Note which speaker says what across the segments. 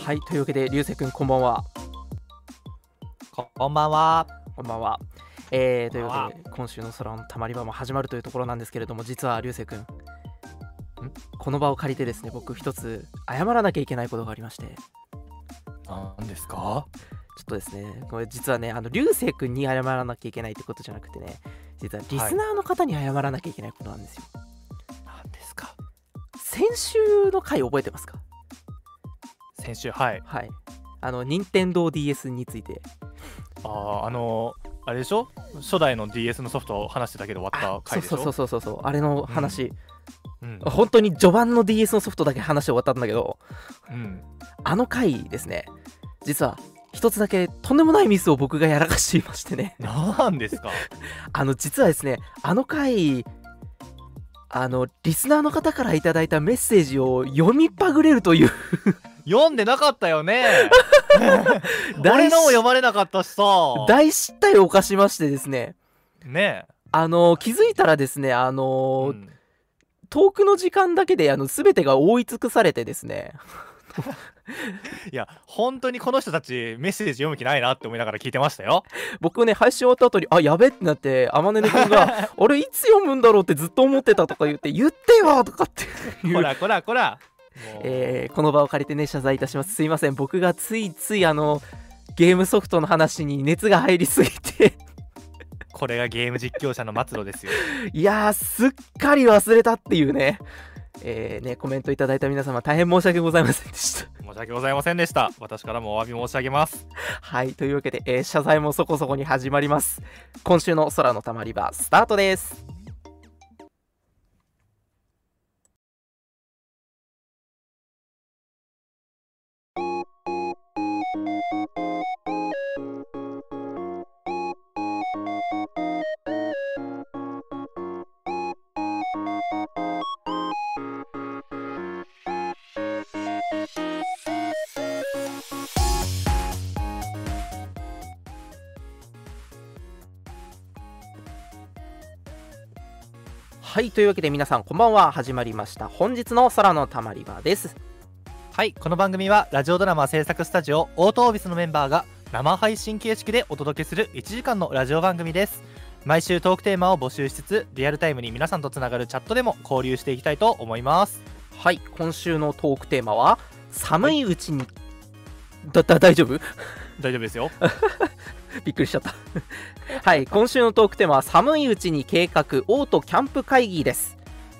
Speaker 1: はいというわけで流星くんこんばんは
Speaker 2: こんばんは。
Speaker 1: こんばんはえー、という
Speaker 2: こんば
Speaker 1: わ
Speaker 2: ん
Speaker 1: けで今週の「空のたまり場」も始まるというところなんですけれども実は流星くんんこの場を借りてですね僕一つ謝らなきゃいけないことがありましてちょ
Speaker 2: なんですか。
Speaker 1: っとですねこれ実はねあの流星くんに謝らなきゃいけないってことじゃなくてね実はリスナーの方に謝らなきゃいけないことなんですよ、
Speaker 2: なんですか。
Speaker 1: 先週の回覚えてますか
Speaker 2: 先週、はい。
Speaker 1: はいあの任天堂 d s について
Speaker 2: ああ、あのーあれでしょ初代の DS のソフトを話してたけど終わ
Speaker 1: あ
Speaker 2: った回でしょ
Speaker 1: そうそう
Speaker 2: そ
Speaker 1: そうそうそうあれの話、
Speaker 2: う。うん。
Speaker 1: 本当に序盤の DS のソフトだけ話して終わったんだけど
Speaker 2: うん、
Speaker 1: あの回ですね実は一つだけとんでもないミスを僕がやらかしていましてね
Speaker 2: なんですか。
Speaker 1: あの実はですねあの回あのリスナーの方からいただいたメッセージを読みパグれるという
Speaker 2: 読んでなかったよね。
Speaker 1: 大
Speaker 2: 俺のも
Speaker 1: 失
Speaker 2: 読まれなかったしさ。
Speaker 1: 大失態を犯しましてですね
Speaker 2: ね
Speaker 1: あの気づいたらですねあ
Speaker 2: え。
Speaker 1: の、
Speaker 2: ん
Speaker 1: トークの時間だけであの全てが覆い尽くされてですね
Speaker 2: いや本当にこの人たちメッセージ読む気ないなって思いながら聞いて ましたよ。
Speaker 1: 僕ね配信終わった後にあやべってなって天音くんが「俺いつ読むんだろう?」ってずっと思ってたとか言って「言ってよ!」とかってい
Speaker 2: こ
Speaker 1: う、
Speaker 2: らこらこら。もう
Speaker 1: えーこの場を借りてね謝罪いたしますすいません僕がついついあのゲームソフトの話に熱が入りすぎて
Speaker 2: これがゲーム実況者の末路ですよ。
Speaker 1: いやーすっかり忘れたっていうねえーねコメントいただいた皆様大変申し訳ございませんでした
Speaker 2: 申し訳ございませんでした。私からもお詫び申し上げます。
Speaker 1: はいというわけで、えー謝罪もそこそこに始まります今週の空のたまり場スタートですはいというわけで皆さんこんばんは始まりました本日の空のたまり場です
Speaker 2: はい、この番組はラジオドラマ制作スタジオオートオービスのメンバーが生配信形式でお届けする1時間のラジオ番組です。毎週トークテーマを募集しつつリアルタイムに皆さんとつながるチャットでも交流していきたいと思います。
Speaker 1: はい今週のトークテーマは寒いうちに、だだ大丈夫
Speaker 2: 大丈夫ですよ。
Speaker 1: びっくりしちゃった はい今週のトークテーマは寒いうちに計画オートキャンプ会議です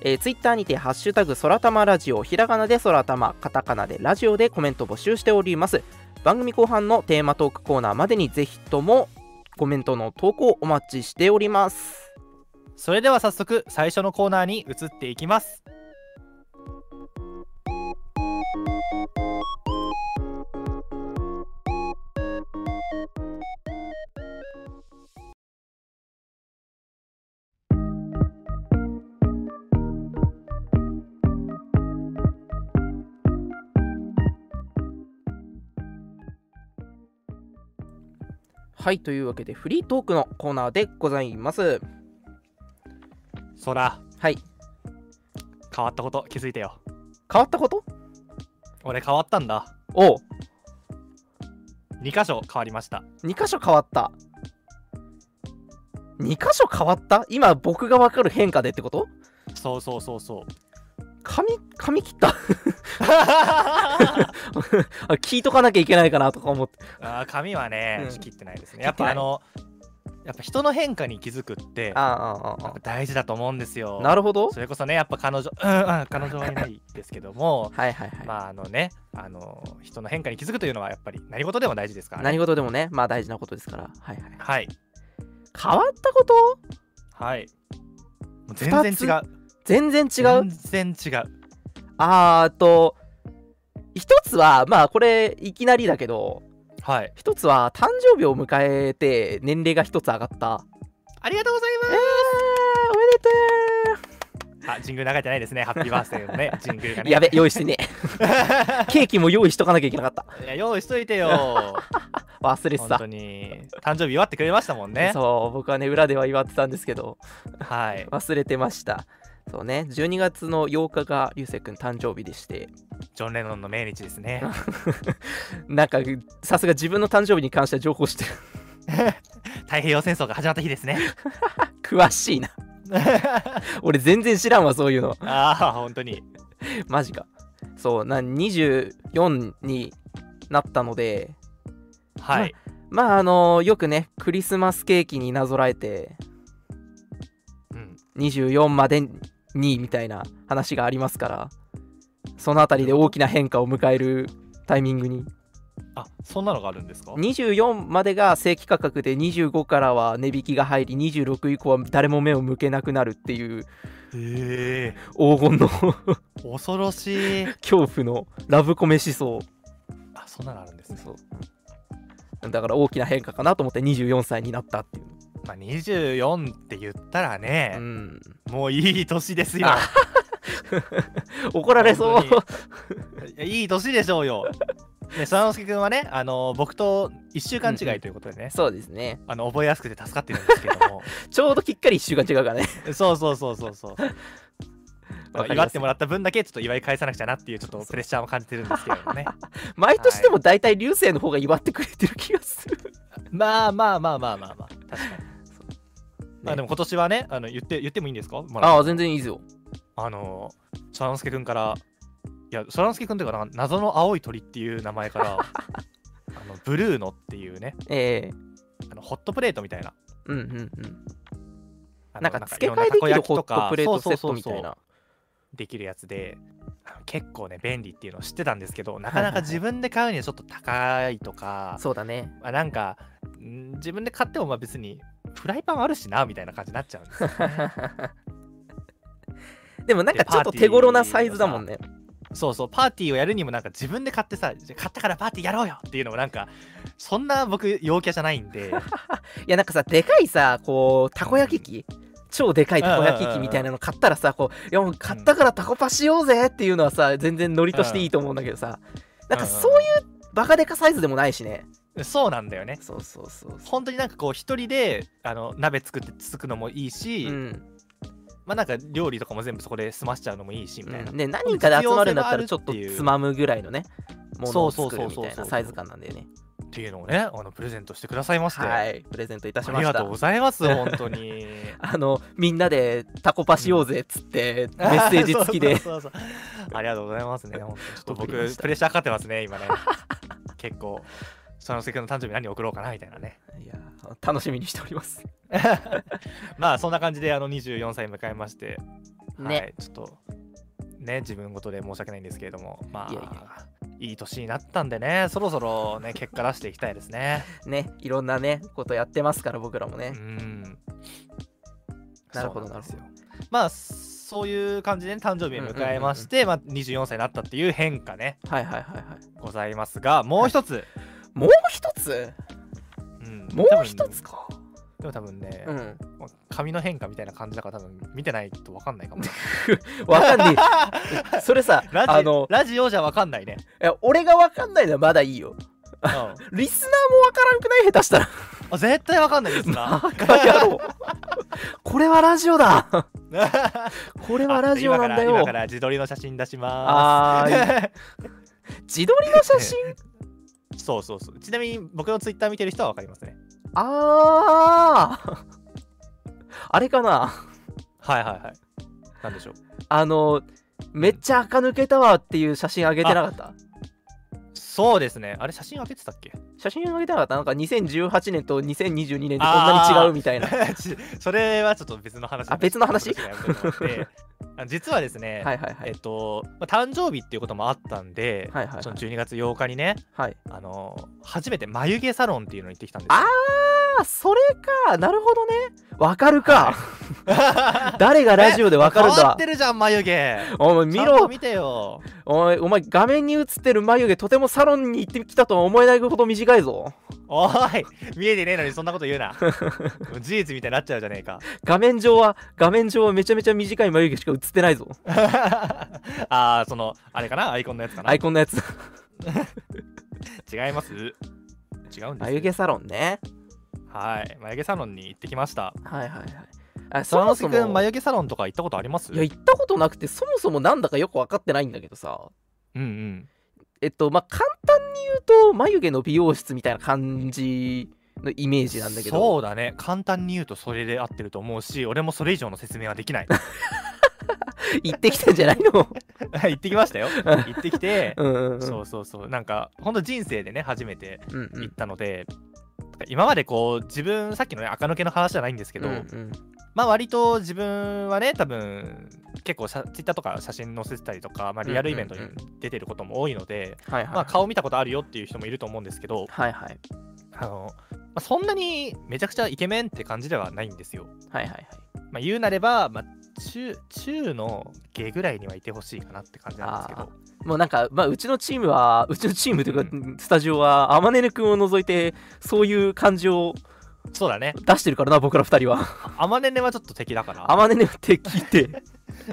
Speaker 1: えー、ツイッターにて「ハッシュタグ空玉ラジオ」ひらがなで空玉カタカナでラジオでコメント募集しております番組後半のテーマトークコーナーまでにぜひともコメントの投稿お待ちしております
Speaker 2: それでは早速最初のコーナーに移っていきます。
Speaker 1: はいというわけでフリートークのコーナーでございます
Speaker 2: 空
Speaker 1: はい
Speaker 2: 変わったこと気づいてよ。
Speaker 1: 変わったこと
Speaker 2: 俺変わったんだ。
Speaker 1: おう
Speaker 2: 2箇所変わりました。
Speaker 1: 2箇所変わった2箇所変わった今僕が分かる変化でってこと
Speaker 2: そうそうそう そう。
Speaker 1: 髪髪切った あ聞いとかなきゃいけないかなとか思って
Speaker 2: あー髪はね、
Speaker 1: うん
Speaker 2: 切ってないですね。
Speaker 1: 切
Speaker 2: や
Speaker 1: っ
Speaker 2: ってぱ
Speaker 1: ない
Speaker 2: あの、やっぱ人の変化に気づくって、
Speaker 1: あ
Speaker 2: や
Speaker 1: あああ
Speaker 2: っ
Speaker 1: あ
Speaker 2: ぱ大事だと思うんですよ。
Speaker 1: あなるほど
Speaker 2: それこそね、やっぱ彼女、うんうん、彼女はいないですけども、
Speaker 1: はいはいはい、
Speaker 2: まああのね、あの人の変化に気づくというのはやっぱり何事でも大事ですから、ね。
Speaker 1: 何事でもねまあ大事なことですからはいはい
Speaker 2: はい。
Speaker 1: 変わったこと
Speaker 2: はい。もう全然違う。
Speaker 1: 全然違う
Speaker 2: 全然違う。
Speaker 1: あーっと一つはまあこれいきなりだけど
Speaker 2: はい。
Speaker 1: 一つは誕生日を迎えて年齢が一つ上がった
Speaker 2: ありがとうござい
Speaker 1: えー、おめでと
Speaker 2: ます。あ、神宮流れてないですね。ハッピーバースデー のね、神宮が
Speaker 1: う
Speaker 2: ね。
Speaker 1: やべ用意してね ケーキも用意しとかなきゃいけなかった
Speaker 2: いや用意しとい てよ。
Speaker 1: 忘れて
Speaker 2: 本
Speaker 1: た
Speaker 2: 当に。誕生日祝ってくれましたもんね。
Speaker 1: そう僕はね裏では祝ってたんですけど
Speaker 2: はい。
Speaker 1: 忘れてましたそうね12月の8日が流星くん誕生日でして
Speaker 2: ジョン・レノンの命日ですね
Speaker 1: なんかさすが自分の誕生日に関しては情報してる
Speaker 2: 太平洋戦争が始まった日ですね
Speaker 1: 詳しいな俺全然知らんわそういうの
Speaker 2: ああ本当に
Speaker 1: マジかそうな24になったので
Speaker 2: はい、
Speaker 1: まああのよくねクリスマスケーキになぞらえて
Speaker 2: うん、
Speaker 1: 24までにみたいな話がありますからその辺りで大きな変化を迎えるタイミングに
Speaker 2: あそんなのがあるんですか
Speaker 1: 24までが正規価格で25からは値引きが入り26以降は誰も目を向けなくなるっていう
Speaker 2: え
Speaker 1: 黄金の
Speaker 2: え恐ろしい
Speaker 1: 恐怖のラブコメ思想
Speaker 2: あそんなのあるんですね
Speaker 1: そうだから大きな変化かなと思って24歳になったっていう、
Speaker 2: まあ24って言ったら
Speaker 1: う
Speaker 2: ね、
Speaker 1: ん、
Speaker 2: もういい年ですよ
Speaker 1: あ怒られそう
Speaker 2: 本いやいい年でしょうよね、そらのすけくんはね、あの僕と1週間違いということでね、
Speaker 1: そうですね
Speaker 2: あの覚えやすくて助かってるんですけども
Speaker 1: ちょうどきっかり1週間違うからね
Speaker 2: そうそうそうそう そう
Speaker 1: わかります
Speaker 2: 祝ってもらった分だけちょっと祝い返さなくちゃなっていうちょっとプレッシャーも感じてるんですけれどもね
Speaker 1: 毎年でも大体流星の方が祝ってくれてる気がする
Speaker 2: まあまあまあまあまあまあ確かに、まあでも今年はねあの言って言ってもいいんですかもら
Speaker 1: あ
Speaker 2: う
Speaker 1: あ全然いいですよ
Speaker 2: あのそらのすけくんからいやそらのすけくんというかなんか謎の青い鳥っていう名前から あのブルーノっていうね
Speaker 1: ええ
Speaker 2: あのホットプレートみたいな
Speaker 1: うんうんうん
Speaker 2: あの
Speaker 1: なんか付け替えできるホットプレートセットみたい
Speaker 2: そうそうそうそう
Speaker 1: な
Speaker 2: できるやつであの結構ね便利っていうのを知ってたんです けどなか
Speaker 1: はいは
Speaker 2: な
Speaker 1: は
Speaker 2: いか
Speaker 1: い
Speaker 2: 自分で買うにはちょっと高いとか、
Speaker 1: そうだね
Speaker 2: まあ、なんかん自分で買ってもまあ別にフライパンあるしなみたいな感じになっちゃうんですよ
Speaker 1: でもなんかちょっと手頃なサイズだもんね
Speaker 2: そうそうパーティーをやるにもなんか自分で買ってさじゃあ買ったからパーティーやろうよっていうのもなんかそんな僕陽キャじゃないんで
Speaker 1: い やなんかさでかいさこうたこ焼き器超でかいたこ焼き器みたいなの買ったらさこういやもう買ったからタコパしようぜっていうのはさ全然ノリとしていいと思うんだけどさなんかそういうバカでかサイズでもないしね
Speaker 2: そうなんだよね
Speaker 1: そうそうそうそ
Speaker 2: 本当になんかこう一人であの鍋作ってつつくのもいいし、
Speaker 1: ううん、
Speaker 2: まあなんか料理とかも全部そこで済ましちゃうのもいいしみたいな、
Speaker 1: うん、で何人かで集まるんだったらちょっと
Speaker 2: 必要性があるっていう
Speaker 1: つまむぐらいのねものを
Speaker 2: そう
Speaker 1: 作
Speaker 2: そうそ
Speaker 1: る
Speaker 2: う
Speaker 1: み
Speaker 2: そう
Speaker 1: たいなサイズ感なんだよね
Speaker 2: っていうのをねあのプレゼントしてくださいまして、
Speaker 1: はいプレゼントいたし
Speaker 2: あ
Speaker 1: ま
Speaker 2: り
Speaker 1: し
Speaker 2: が
Speaker 1: た
Speaker 2: とうございます本当に
Speaker 1: あのみんなでタコパしようぜっつって メッセージ付きで
Speaker 2: そうそうそうそうありがとうございますね本当にちょっと
Speaker 1: 送
Speaker 2: 僕
Speaker 1: りました
Speaker 2: プレッシャーかかってますね今ね結構その君の誕生日何送ろうかなみたいなね
Speaker 1: いや楽しみにしております
Speaker 2: まあそんな感じであの24歳迎えまして、
Speaker 1: ね
Speaker 2: はい、ちょっとね自分事で申し訳ないんですけれどもまあ
Speaker 1: い
Speaker 2: い
Speaker 1: やい
Speaker 2: い年になったんでねそろそ ろね結果出していきたいですね
Speaker 1: ねいろんなねことやってますから僕らもね、
Speaker 2: うん
Speaker 1: なるほど
Speaker 2: そうなんですよまあそういう感じでね、誕生日を迎えまして、まあ、24歳になったっていう変化ね
Speaker 1: はいはいはいはい
Speaker 2: ございますがもう一つ、
Speaker 1: もう一つ
Speaker 2: うん
Speaker 1: もう一つか
Speaker 2: でも多分ね、
Speaker 1: うん
Speaker 2: 髪の変化みたいな感じだから多分見てないと分かんな いかも
Speaker 1: わかんね えそれさ
Speaker 2: ラジ
Speaker 1: あの
Speaker 2: ラジオじゃ分かんな いね、
Speaker 1: いや俺がわかんないのはまだいいよ
Speaker 2: うん、あ
Speaker 1: リスナーもわからんくない下手したら
Speaker 2: 絶対分かんないですな
Speaker 1: バカ野郎これはラジオだこれはラジオなんだ
Speaker 2: 今から今
Speaker 1: よ
Speaker 2: から自撮りの写真出しま
Speaker 1: あ
Speaker 2: す
Speaker 1: ー自撮りの写真
Speaker 2: そうそうそうちなみに僕のツイッター見てる人は分かりますね
Speaker 1: あああれかな
Speaker 2: はいはいはいなんでしょう
Speaker 1: あのめっちゃ垢抜けたわっていう写真あげてなかった
Speaker 2: そうですねあれ写真開けてたっけ
Speaker 1: 写真上げたかったなんか2018年と2022年でこんなに違うみたいな
Speaker 2: ちそれはちょっと別の話
Speaker 1: あ別の話
Speaker 2: ちょっと別の話がやめてもらってあ実はですね、
Speaker 1: はいはいは
Speaker 2: え
Speaker 1: い
Speaker 2: っと、まあ誕生日っていうこともあったんで、
Speaker 1: はいはいはい
Speaker 2: その12月8日にね、
Speaker 1: はい
Speaker 2: あの初めて眉毛サロンっていうのに行ってきたんですよ。
Speaker 1: ああそれかなるほどねわかるか、
Speaker 2: あ
Speaker 1: 誰がラジオでわかるん
Speaker 2: 変わ
Speaker 1: だ
Speaker 2: ってるじゃん眉毛
Speaker 1: お前見
Speaker 2: ちゃんと
Speaker 1: ろ
Speaker 2: 見てよ
Speaker 1: お前お前画面に映ってる眉毛とてもサロンに行ってきたとは思えないほど短いぞ
Speaker 2: おい見えてねえのにそんなこと言うな事実みたいになっちゃうじゃねえか
Speaker 1: 画面上は画面上はめちゃめちゃ短い眉毛しか映ってないぞ
Speaker 2: ああそのあれかなアイコンのやつかな
Speaker 1: ア
Speaker 2: 違
Speaker 1: イコンのやつ
Speaker 2: います違うんです
Speaker 1: 眉毛サロンね
Speaker 2: はい眉毛サロンに行ってきました
Speaker 1: はいはいはいあ
Speaker 2: そ
Speaker 1: そ
Speaker 2: ら
Speaker 1: も
Speaker 2: すけ
Speaker 1: そ
Speaker 2: くん
Speaker 1: もい
Speaker 2: 眉毛サロンとか行ったことあります
Speaker 1: や行ったことなくてそもそもなんだかよく分かってないんだけどさ
Speaker 2: うんうん
Speaker 1: えっとまあ簡単に言うと眉毛の美容室みたいな感じのイメージなんだけど
Speaker 2: そうだね簡単に言うとそれで合ってると思うし俺もそれ以上の説明はできない
Speaker 1: 行ってきたんじゃないの
Speaker 2: 行ってきましたよ行ってきて
Speaker 1: うんうんうん
Speaker 2: そうそうそうなんかほんと人生でね初めて
Speaker 1: うんうん
Speaker 2: 行ったので、今までこう自分さっきのね垢抜けの話じゃないんですけど、
Speaker 1: うんうん
Speaker 2: まあ割と自分はね多分結構ツイッターとか写真載せてたりとか、まあ、リアルイベントに
Speaker 1: うんうん
Speaker 2: 出てることも多いので、
Speaker 1: はいはい、
Speaker 2: まあ、顔見たことあるよっていう人もいると思うんですけど
Speaker 1: はいはい
Speaker 2: あの、まあ、そんなにめちゃくちゃイケメンって感じではないんですよ、
Speaker 1: はいはいはい
Speaker 2: まあ、言うなれば、まあ、中中の下ぐらいにはいてほしいかなって感じなんですけ
Speaker 1: あ
Speaker 2: ど
Speaker 1: もうなんか、まあ、うちのチームはうちのチームというか、
Speaker 2: う
Speaker 1: スタジオはあまねね君を除いてそういう感じを
Speaker 2: そうだね
Speaker 1: 出してるからな僕ら二人 は
Speaker 2: あまねねはちょっと敵だから
Speaker 1: あまねねって聞い て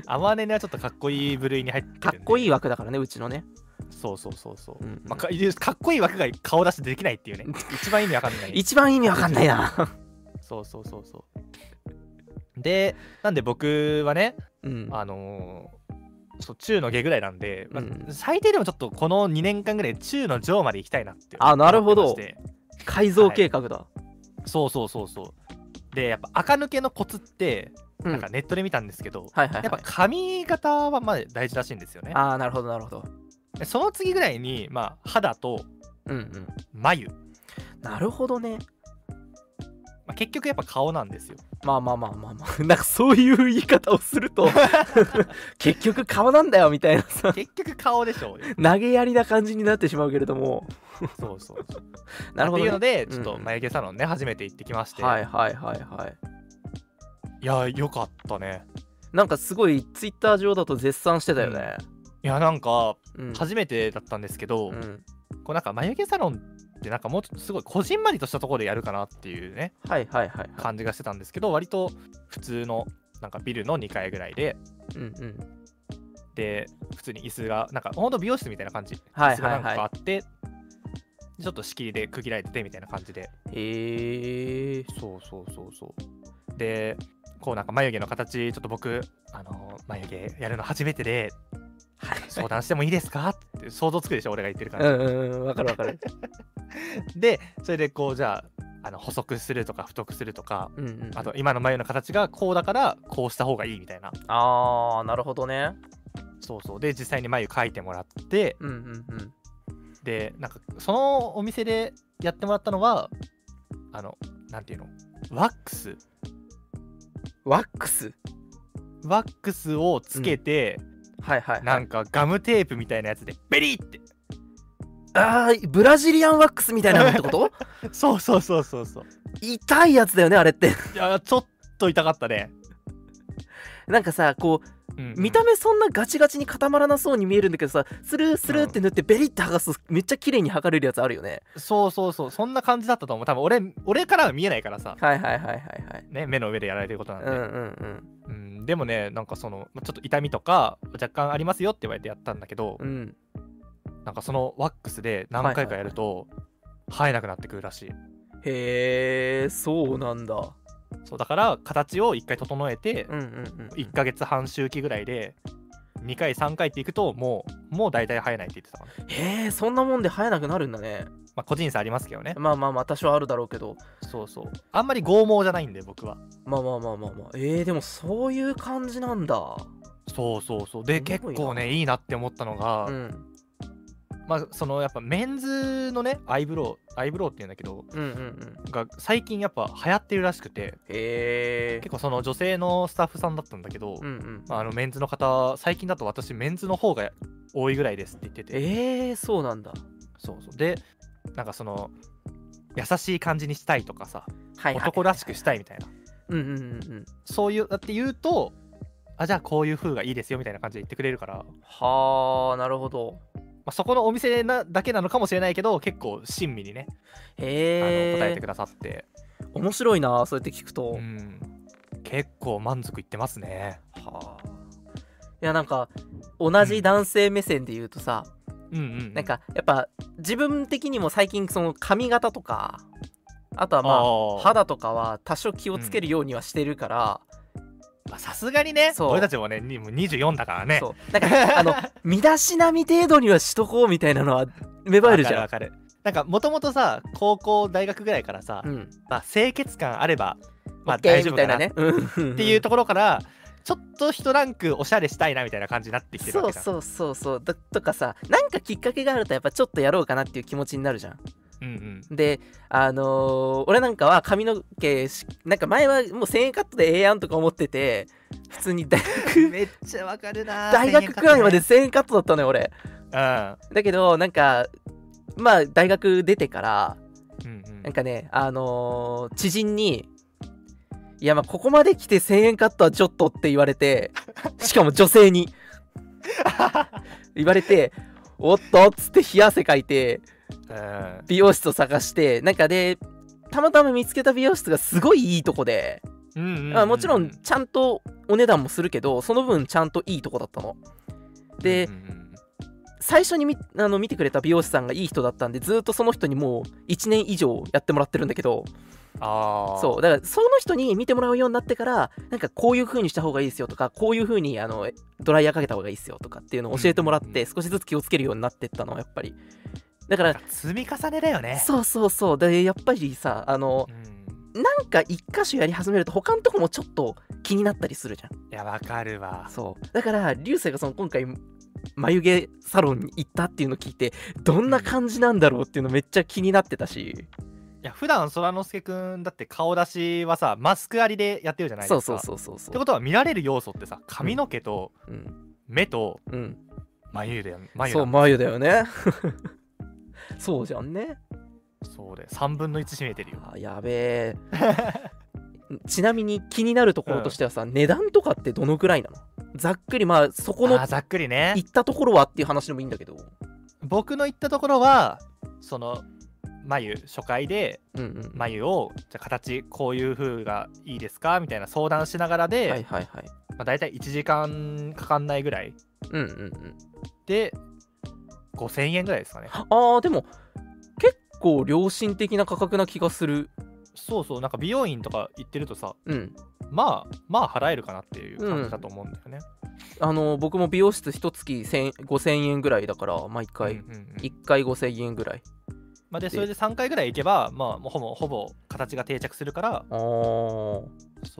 Speaker 2: あまねねはちょっとかっこいい部類に入ってるんで
Speaker 1: かっこいい枠だからねうちのね、
Speaker 2: そうそうそうそう、
Speaker 1: うんうん
Speaker 2: まあ、かかっこいい枠が顔出しできないっていうね一番意味わかんない
Speaker 1: 一番意味わかんないな
Speaker 2: そうそうそうそうでなんで僕はね
Speaker 1: うん
Speaker 2: あのーそう中の下ぐらいなんで、まあ
Speaker 1: うん
Speaker 2: 最低でもちょっとこの2年間ぐらい中の上まで行きたいなって
Speaker 1: あなるほど
Speaker 2: 思ってまして
Speaker 1: 改造計画だ、
Speaker 2: そうそうそうそうでやっぱ垢抜けのコツって
Speaker 1: うん
Speaker 2: なんかネットで見たんですけど、
Speaker 1: はいはい、はい、
Speaker 2: やっぱ髪型はまあ大事らしいんですよね
Speaker 1: ああなるほどなるほど
Speaker 2: でその次ぐらいに、まあ、肌と
Speaker 1: うんうん
Speaker 2: 眉、ま
Speaker 1: なるほどね
Speaker 2: あ、結局やっぱ顔なんですよ
Speaker 1: まあまあまあまあまあ なんかそういう言い方をすると 結局顔なんだよみたいなさ
Speaker 2: 結局顔でしょうよ
Speaker 1: 投げやりな感じになってしまうけれども
Speaker 2: そうそうそう
Speaker 1: なるほど、ね、
Speaker 2: っていうので
Speaker 1: う
Speaker 2: ちょ
Speaker 1: ん
Speaker 2: っと眉毛サロンね初めて行ってきまして、
Speaker 1: はい
Speaker 2: い、
Speaker 1: はいはいはい
Speaker 2: やよかったね
Speaker 1: なんかすごいツイッター上だと絶賛してたよね、
Speaker 2: いやなんか
Speaker 1: うんうん、
Speaker 2: 初めてだったんですけど、
Speaker 1: うん
Speaker 2: こうなんか眉毛サロンってなんかもうちょっとすごいこじんまりとしたところでやるかなっていうね
Speaker 1: はいはいはいはい
Speaker 2: 感じがしてたんですけど割と普通のなんかビルの2階ぐらいで
Speaker 1: うんうん
Speaker 2: で普通に椅子がなんかほんと美容室みたいな感じ
Speaker 1: は
Speaker 2: 椅
Speaker 1: い
Speaker 2: 子が
Speaker 1: は
Speaker 2: ないんか
Speaker 1: は
Speaker 2: あって、ちょっと仕切りで区切られててみたいな感じで
Speaker 1: いへえ
Speaker 2: そうそうそうそうでこうなんか眉毛の形ちょっと僕あの眉毛やるの初めてで
Speaker 1: はい
Speaker 2: 相談してもいいですかって想像つくでしょ俺が言ってる感 じ
Speaker 1: うんうんうんわかるわ かる
Speaker 2: でそれでこうじゃああの細くするとか太くするとか
Speaker 1: うん、うん、
Speaker 2: あと今の眉の形がこうだからこうした方がいいみたいな
Speaker 1: あーなるほどね
Speaker 2: そうそうで実際に眉描いてもらって
Speaker 1: うんうんうん
Speaker 2: でなんかそのお店でやってもらったのはあのなんていうのワックス
Speaker 1: ワックス
Speaker 2: ワックスをつけて、
Speaker 1: はいはい、
Speaker 2: な
Speaker 1: はい、
Speaker 2: んかガムテープみたいなやつでベリーって
Speaker 1: あーブラジリアンワックスみたいなのってこと
Speaker 2: そうそうそうそうそう
Speaker 1: 痛いやつだよねあれって
Speaker 2: いやちょっと痛かったね、
Speaker 1: なんかさこう
Speaker 2: うんうん
Speaker 1: 見た目そんなガチガチに固まらなそうに見えるんだけどさスルースルーって塗ってベリッて剥がすとめっちゃ綺麗に剥がれるやつあるよね
Speaker 2: そうそうそうそんな感じだったと思う多分俺俺からは見えないからさ
Speaker 1: はいはいはいはいはい
Speaker 2: ね目の上でやられてることなん
Speaker 1: う
Speaker 2: で、
Speaker 1: んうん
Speaker 2: うん、でもねなんかそのまあちょっと痛みとか若干ありますよって言われてやったんだけど、
Speaker 1: うんうん
Speaker 2: なんかそのワックスで何回かやると生えなくなってくるらしい,、
Speaker 1: へえそうなんだ
Speaker 2: そうだから形を1回整えて、
Speaker 1: うんうんうん
Speaker 2: 1ヶ月半周期ぐらいで2回3回っていくともうもう大体生えないって言ってたかな、
Speaker 1: へえそんなもんで生えなくなるんだね
Speaker 2: まあ、個人差ありますけどね
Speaker 1: まあまあまあ多少あるだろうけど
Speaker 2: そうそうあんまり剛毛じゃないんで僕は
Speaker 1: まあまあまあまあまあえー、でもそういう感じなんだ
Speaker 2: そうそうそうで
Speaker 1: ごいな
Speaker 2: す結構ねいいなって思ったのが、
Speaker 1: うん
Speaker 2: まあそのやっぱメンズのねアイブロウアイブロウっていうんだけど
Speaker 1: うんうんうん
Speaker 2: が最近やっぱ流行ってるらしくて
Speaker 1: へえ
Speaker 2: 結構その女性のスタッフさんだったんだけど、
Speaker 1: うんうん
Speaker 2: まあ、あのメンズの方最近だと私メンズの方が多いぐらいですって言ってて
Speaker 1: えー、そうなんだ
Speaker 2: そうそうでなんかその優しい感じにしたいとかさ
Speaker 1: はいはい
Speaker 2: 男らしくしたいみたいな
Speaker 1: うんうんうんうん
Speaker 2: そういうだって言うとあじゃあこういう風がいいですよみたいな感じで言ってくれるから、ま
Speaker 1: はあなるほど
Speaker 2: あ、そこのお店なだけなのかもしれないけど結構親身にね、あの答え
Speaker 1: へ
Speaker 2: て
Speaker 1: え
Speaker 2: くださって、
Speaker 1: 面白いなそうやって聞くと、
Speaker 2: うん、結構満足いってますね。
Speaker 1: はあいやなんか同じ男性目線で言うとさ、
Speaker 2: うんうんうん、
Speaker 1: なんかやっぱ自分的にも最近その髪型とかあとはまあ
Speaker 2: あー
Speaker 1: 肌とかは多少気をつけるようにはしてるから、
Speaker 2: まあさすがにね
Speaker 1: そう
Speaker 2: 俺たちもねにもう24だからね
Speaker 1: そうなんか あの身だしなみ程度にはしとこうみたいなのは芽生えるじゃん
Speaker 2: わかるわかるなんかもともとさ高校大学ぐらいからさ、
Speaker 1: うん
Speaker 2: まあ、清潔感あればまあ
Speaker 1: OK
Speaker 2: 大丈夫
Speaker 1: み
Speaker 2: か
Speaker 1: た
Speaker 2: ない
Speaker 1: なねっ
Speaker 2: っていうところから、ちょっと一ランクおしゃれしたいなみたいな感じになってきてる
Speaker 1: そ
Speaker 2: わけ
Speaker 1: う
Speaker 2: じゃん
Speaker 1: そうそうそうだとかさなんかきっかけがあるとやっぱちょっとやろうかなっていう気持ちになるじゃん
Speaker 2: うんうん
Speaker 1: であのー俺なんかは髪の毛しなんか前はもう1000円カットでええやんとか思ってて普通に大
Speaker 2: めっちゃわかるな
Speaker 1: 大学くらいまで1000円カットだったのよ俺
Speaker 2: う
Speaker 1: だけどなんかまあ大学出てから
Speaker 2: んうんうん
Speaker 1: なんかねあのー知人にいやまあここまで来て1000円カットはちょっとって言われてしかも女性に言われておっとっつって冷や汗かいて
Speaker 2: うん
Speaker 1: 美容室を探してなんかでたまたま見つけた美容室がすごいいいとこで、
Speaker 2: うんうんうん
Speaker 1: まあ、もちろんちゃんとお値段もするけどその分ちゃんといいとこだったの。で
Speaker 2: うんうん
Speaker 1: 最初にみあの見てくれた美容師さんがいい人だったんでずっとその人にもう1年以上やってもらってるんだけど
Speaker 2: ああ
Speaker 1: そうだからその人に見てもらうようになってからなんかこういう風にした方がいいですよとかこういう風にあのドライヤーかけた方がいいですよとかっていうのを教えてもらっ
Speaker 2: うんうんう
Speaker 1: て少しずつ気をつけるようになってったのはやっぱりだから
Speaker 2: 積み重ねだよね
Speaker 1: そうそうそうでやっぱりさあの
Speaker 2: う
Speaker 1: な
Speaker 2: ん
Speaker 1: んか一箇所やり始めると他のとこもちょっと気になったりするじゃん
Speaker 2: いやわかるわ
Speaker 1: そうだから流星がその今回眉毛サロンに行ったっていうのを聞いてどんな感じなんだろうっていうのめっちゃ気になってたし、
Speaker 2: いや普段空之助くんだって顔出しはさマスクありでやってるじゃないです
Speaker 1: そ
Speaker 2: か
Speaker 1: うそう
Speaker 2: う
Speaker 1: そうそうそ
Speaker 2: って
Speaker 1: う
Speaker 2: ことは見られる要素ってさ髪の毛と
Speaker 1: うん
Speaker 2: 目と
Speaker 1: うん
Speaker 2: 眉だよ眉
Speaker 1: そう
Speaker 2: だ
Speaker 1: 眉だよね そうじゃんね
Speaker 2: そうで3分の1占めてるよ
Speaker 1: あやべえちなみに気になるところとしてはさ、値段とかってどのくらいなのざっくりまあそこの
Speaker 2: あーざっくりね
Speaker 1: 行ったところはっていう話でもいいんだけど
Speaker 2: 僕の言ったところはその眉初回で
Speaker 1: うんうん
Speaker 2: 眉をじゃあ形こういう風がいいですかみたいな相談しながらで、
Speaker 1: はいはいはい
Speaker 2: まあ、大体1時間かかんないぐらい
Speaker 1: うんうんうん
Speaker 2: で5000円ぐらいですかね
Speaker 1: あーでも結構良心的な価格な気がする
Speaker 2: そうそうなんか美容院とか行ってるとさ
Speaker 1: うん
Speaker 2: まあまあ払えるかなっていう感じだと思うんだよね、
Speaker 1: あの僕も美容室一月1000 5000円ぐらいだから毎
Speaker 2: う
Speaker 1: 回
Speaker 2: んうんうん
Speaker 1: 1回5000円ぐらい
Speaker 2: まあ、で
Speaker 1: で
Speaker 2: それで3回ぐらい行けばまあもうほぼほぼ形が定着するから
Speaker 1: あー
Speaker 2: そ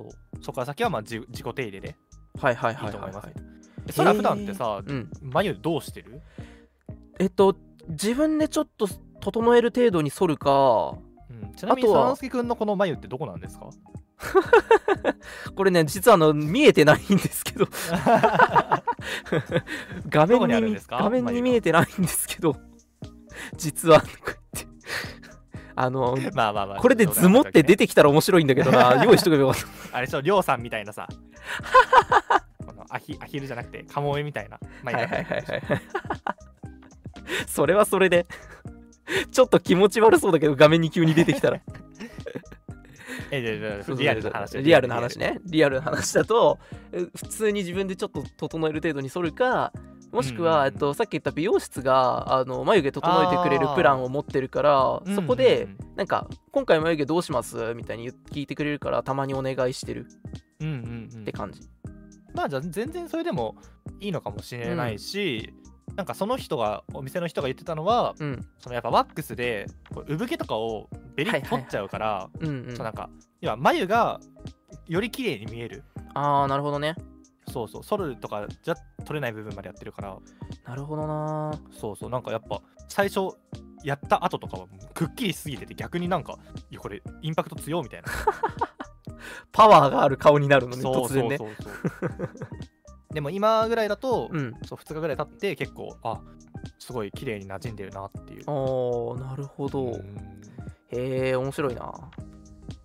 Speaker 2: うそこから先はまあ自自己手入れで
Speaker 1: はいはい
Speaker 2: い
Speaker 1: はいい
Speaker 2: と思
Speaker 1: はいい
Speaker 2: ます
Speaker 1: は
Speaker 2: ね
Speaker 1: い
Speaker 2: でそら普段ってさ
Speaker 1: うん
Speaker 2: 眉どうしてる、
Speaker 1: えっと自分でちょっと整える程度に剃るかこ
Speaker 2: うん、ちなみに
Speaker 1: あとは
Speaker 2: 三助君のこの眉ってどこなんです か
Speaker 1: れね実はあの見えてないんですけど画
Speaker 2: どこ
Speaker 1: 面
Speaker 2: にあるん
Speaker 1: に
Speaker 2: ですか
Speaker 1: 画面
Speaker 2: 眉
Speaker 1: に
Speaker 2: が
Speaker 1: 見えてないんですけど実はこうやってあの
Speaker 2: まあまあまあ
Speaker 1: こ れでズモって出
Speaker 2: て
Speaker 1: てきたら面白いんだけどな用意しとけばよかっ
Speaker 2: あれでしょりょうさんみたい なさこのアヒアヒルじゃなくてカモメみたいな
Speaker 1: た
Speaker 2: 眉が入ってるでしょ
Speaker 1: い それはそれでちょっと気持ち悪そうだけど画面に急に出てきたら
Speaker 2: えじゃあじゃあ じゃあリアルな話
Speaker 1: リアルな話ねリアルな話だとえ普通に自分でちょっと整える程度に剃るかもしく
Speaker 2: うんうんう
Speaker 1: は、
Speaker 2: ん
Speaker 1: えっと、さっき言った美容室があの眉毛整えてくれるプランを持ってるから
Speaker 2: うんうんうん
Speaker 1: そこで、なんか「今回眉毛どうします?」みたいに言って聞いてくれるからたまにお願いしてる
Speaker 2: うんうんうん
Speaker 1: って感じ。
Speaker 2: まあじゃあ全然それでもいいのかもしれないし、なんかその人がお店の人が言ってたのは
Speaker 1: うん、
Speaker 2: そのやっぱワックスでこう産毛とかをベリッと取っちゃうから、
Speaker 1: うん、うん
Speaker 2: そうなんか要は眉がより綺麗に見える
Speaker 1: ああなるほどね
Speaker 2: そうそうソルとかじゃ取れない部分までやってるから
Speaker 1: なるほどな
Speaker 2: そうそうなんかやっぱ最初やった後とかはもうくっきりしすぎてて逆になんかいやこれインパクト強みたいな
Speaker 1: パワーがある顔になるのね
Speaker 2: そう
Speaker 1: 突
Speaker 2: そ
Speaker 1: 然
Speaker 2: う
Speaker 1: ね
Speaker 2: そうそうでも今ぐらいだと、
Speaker 1: うん
Speaker 2: そう2日ぐらい経って結構あすごい綺麗に馴染んでるなっていう
Speaker 1: あーなるほど、
Speaker 2: ん
Speaker 1: へえ面白いな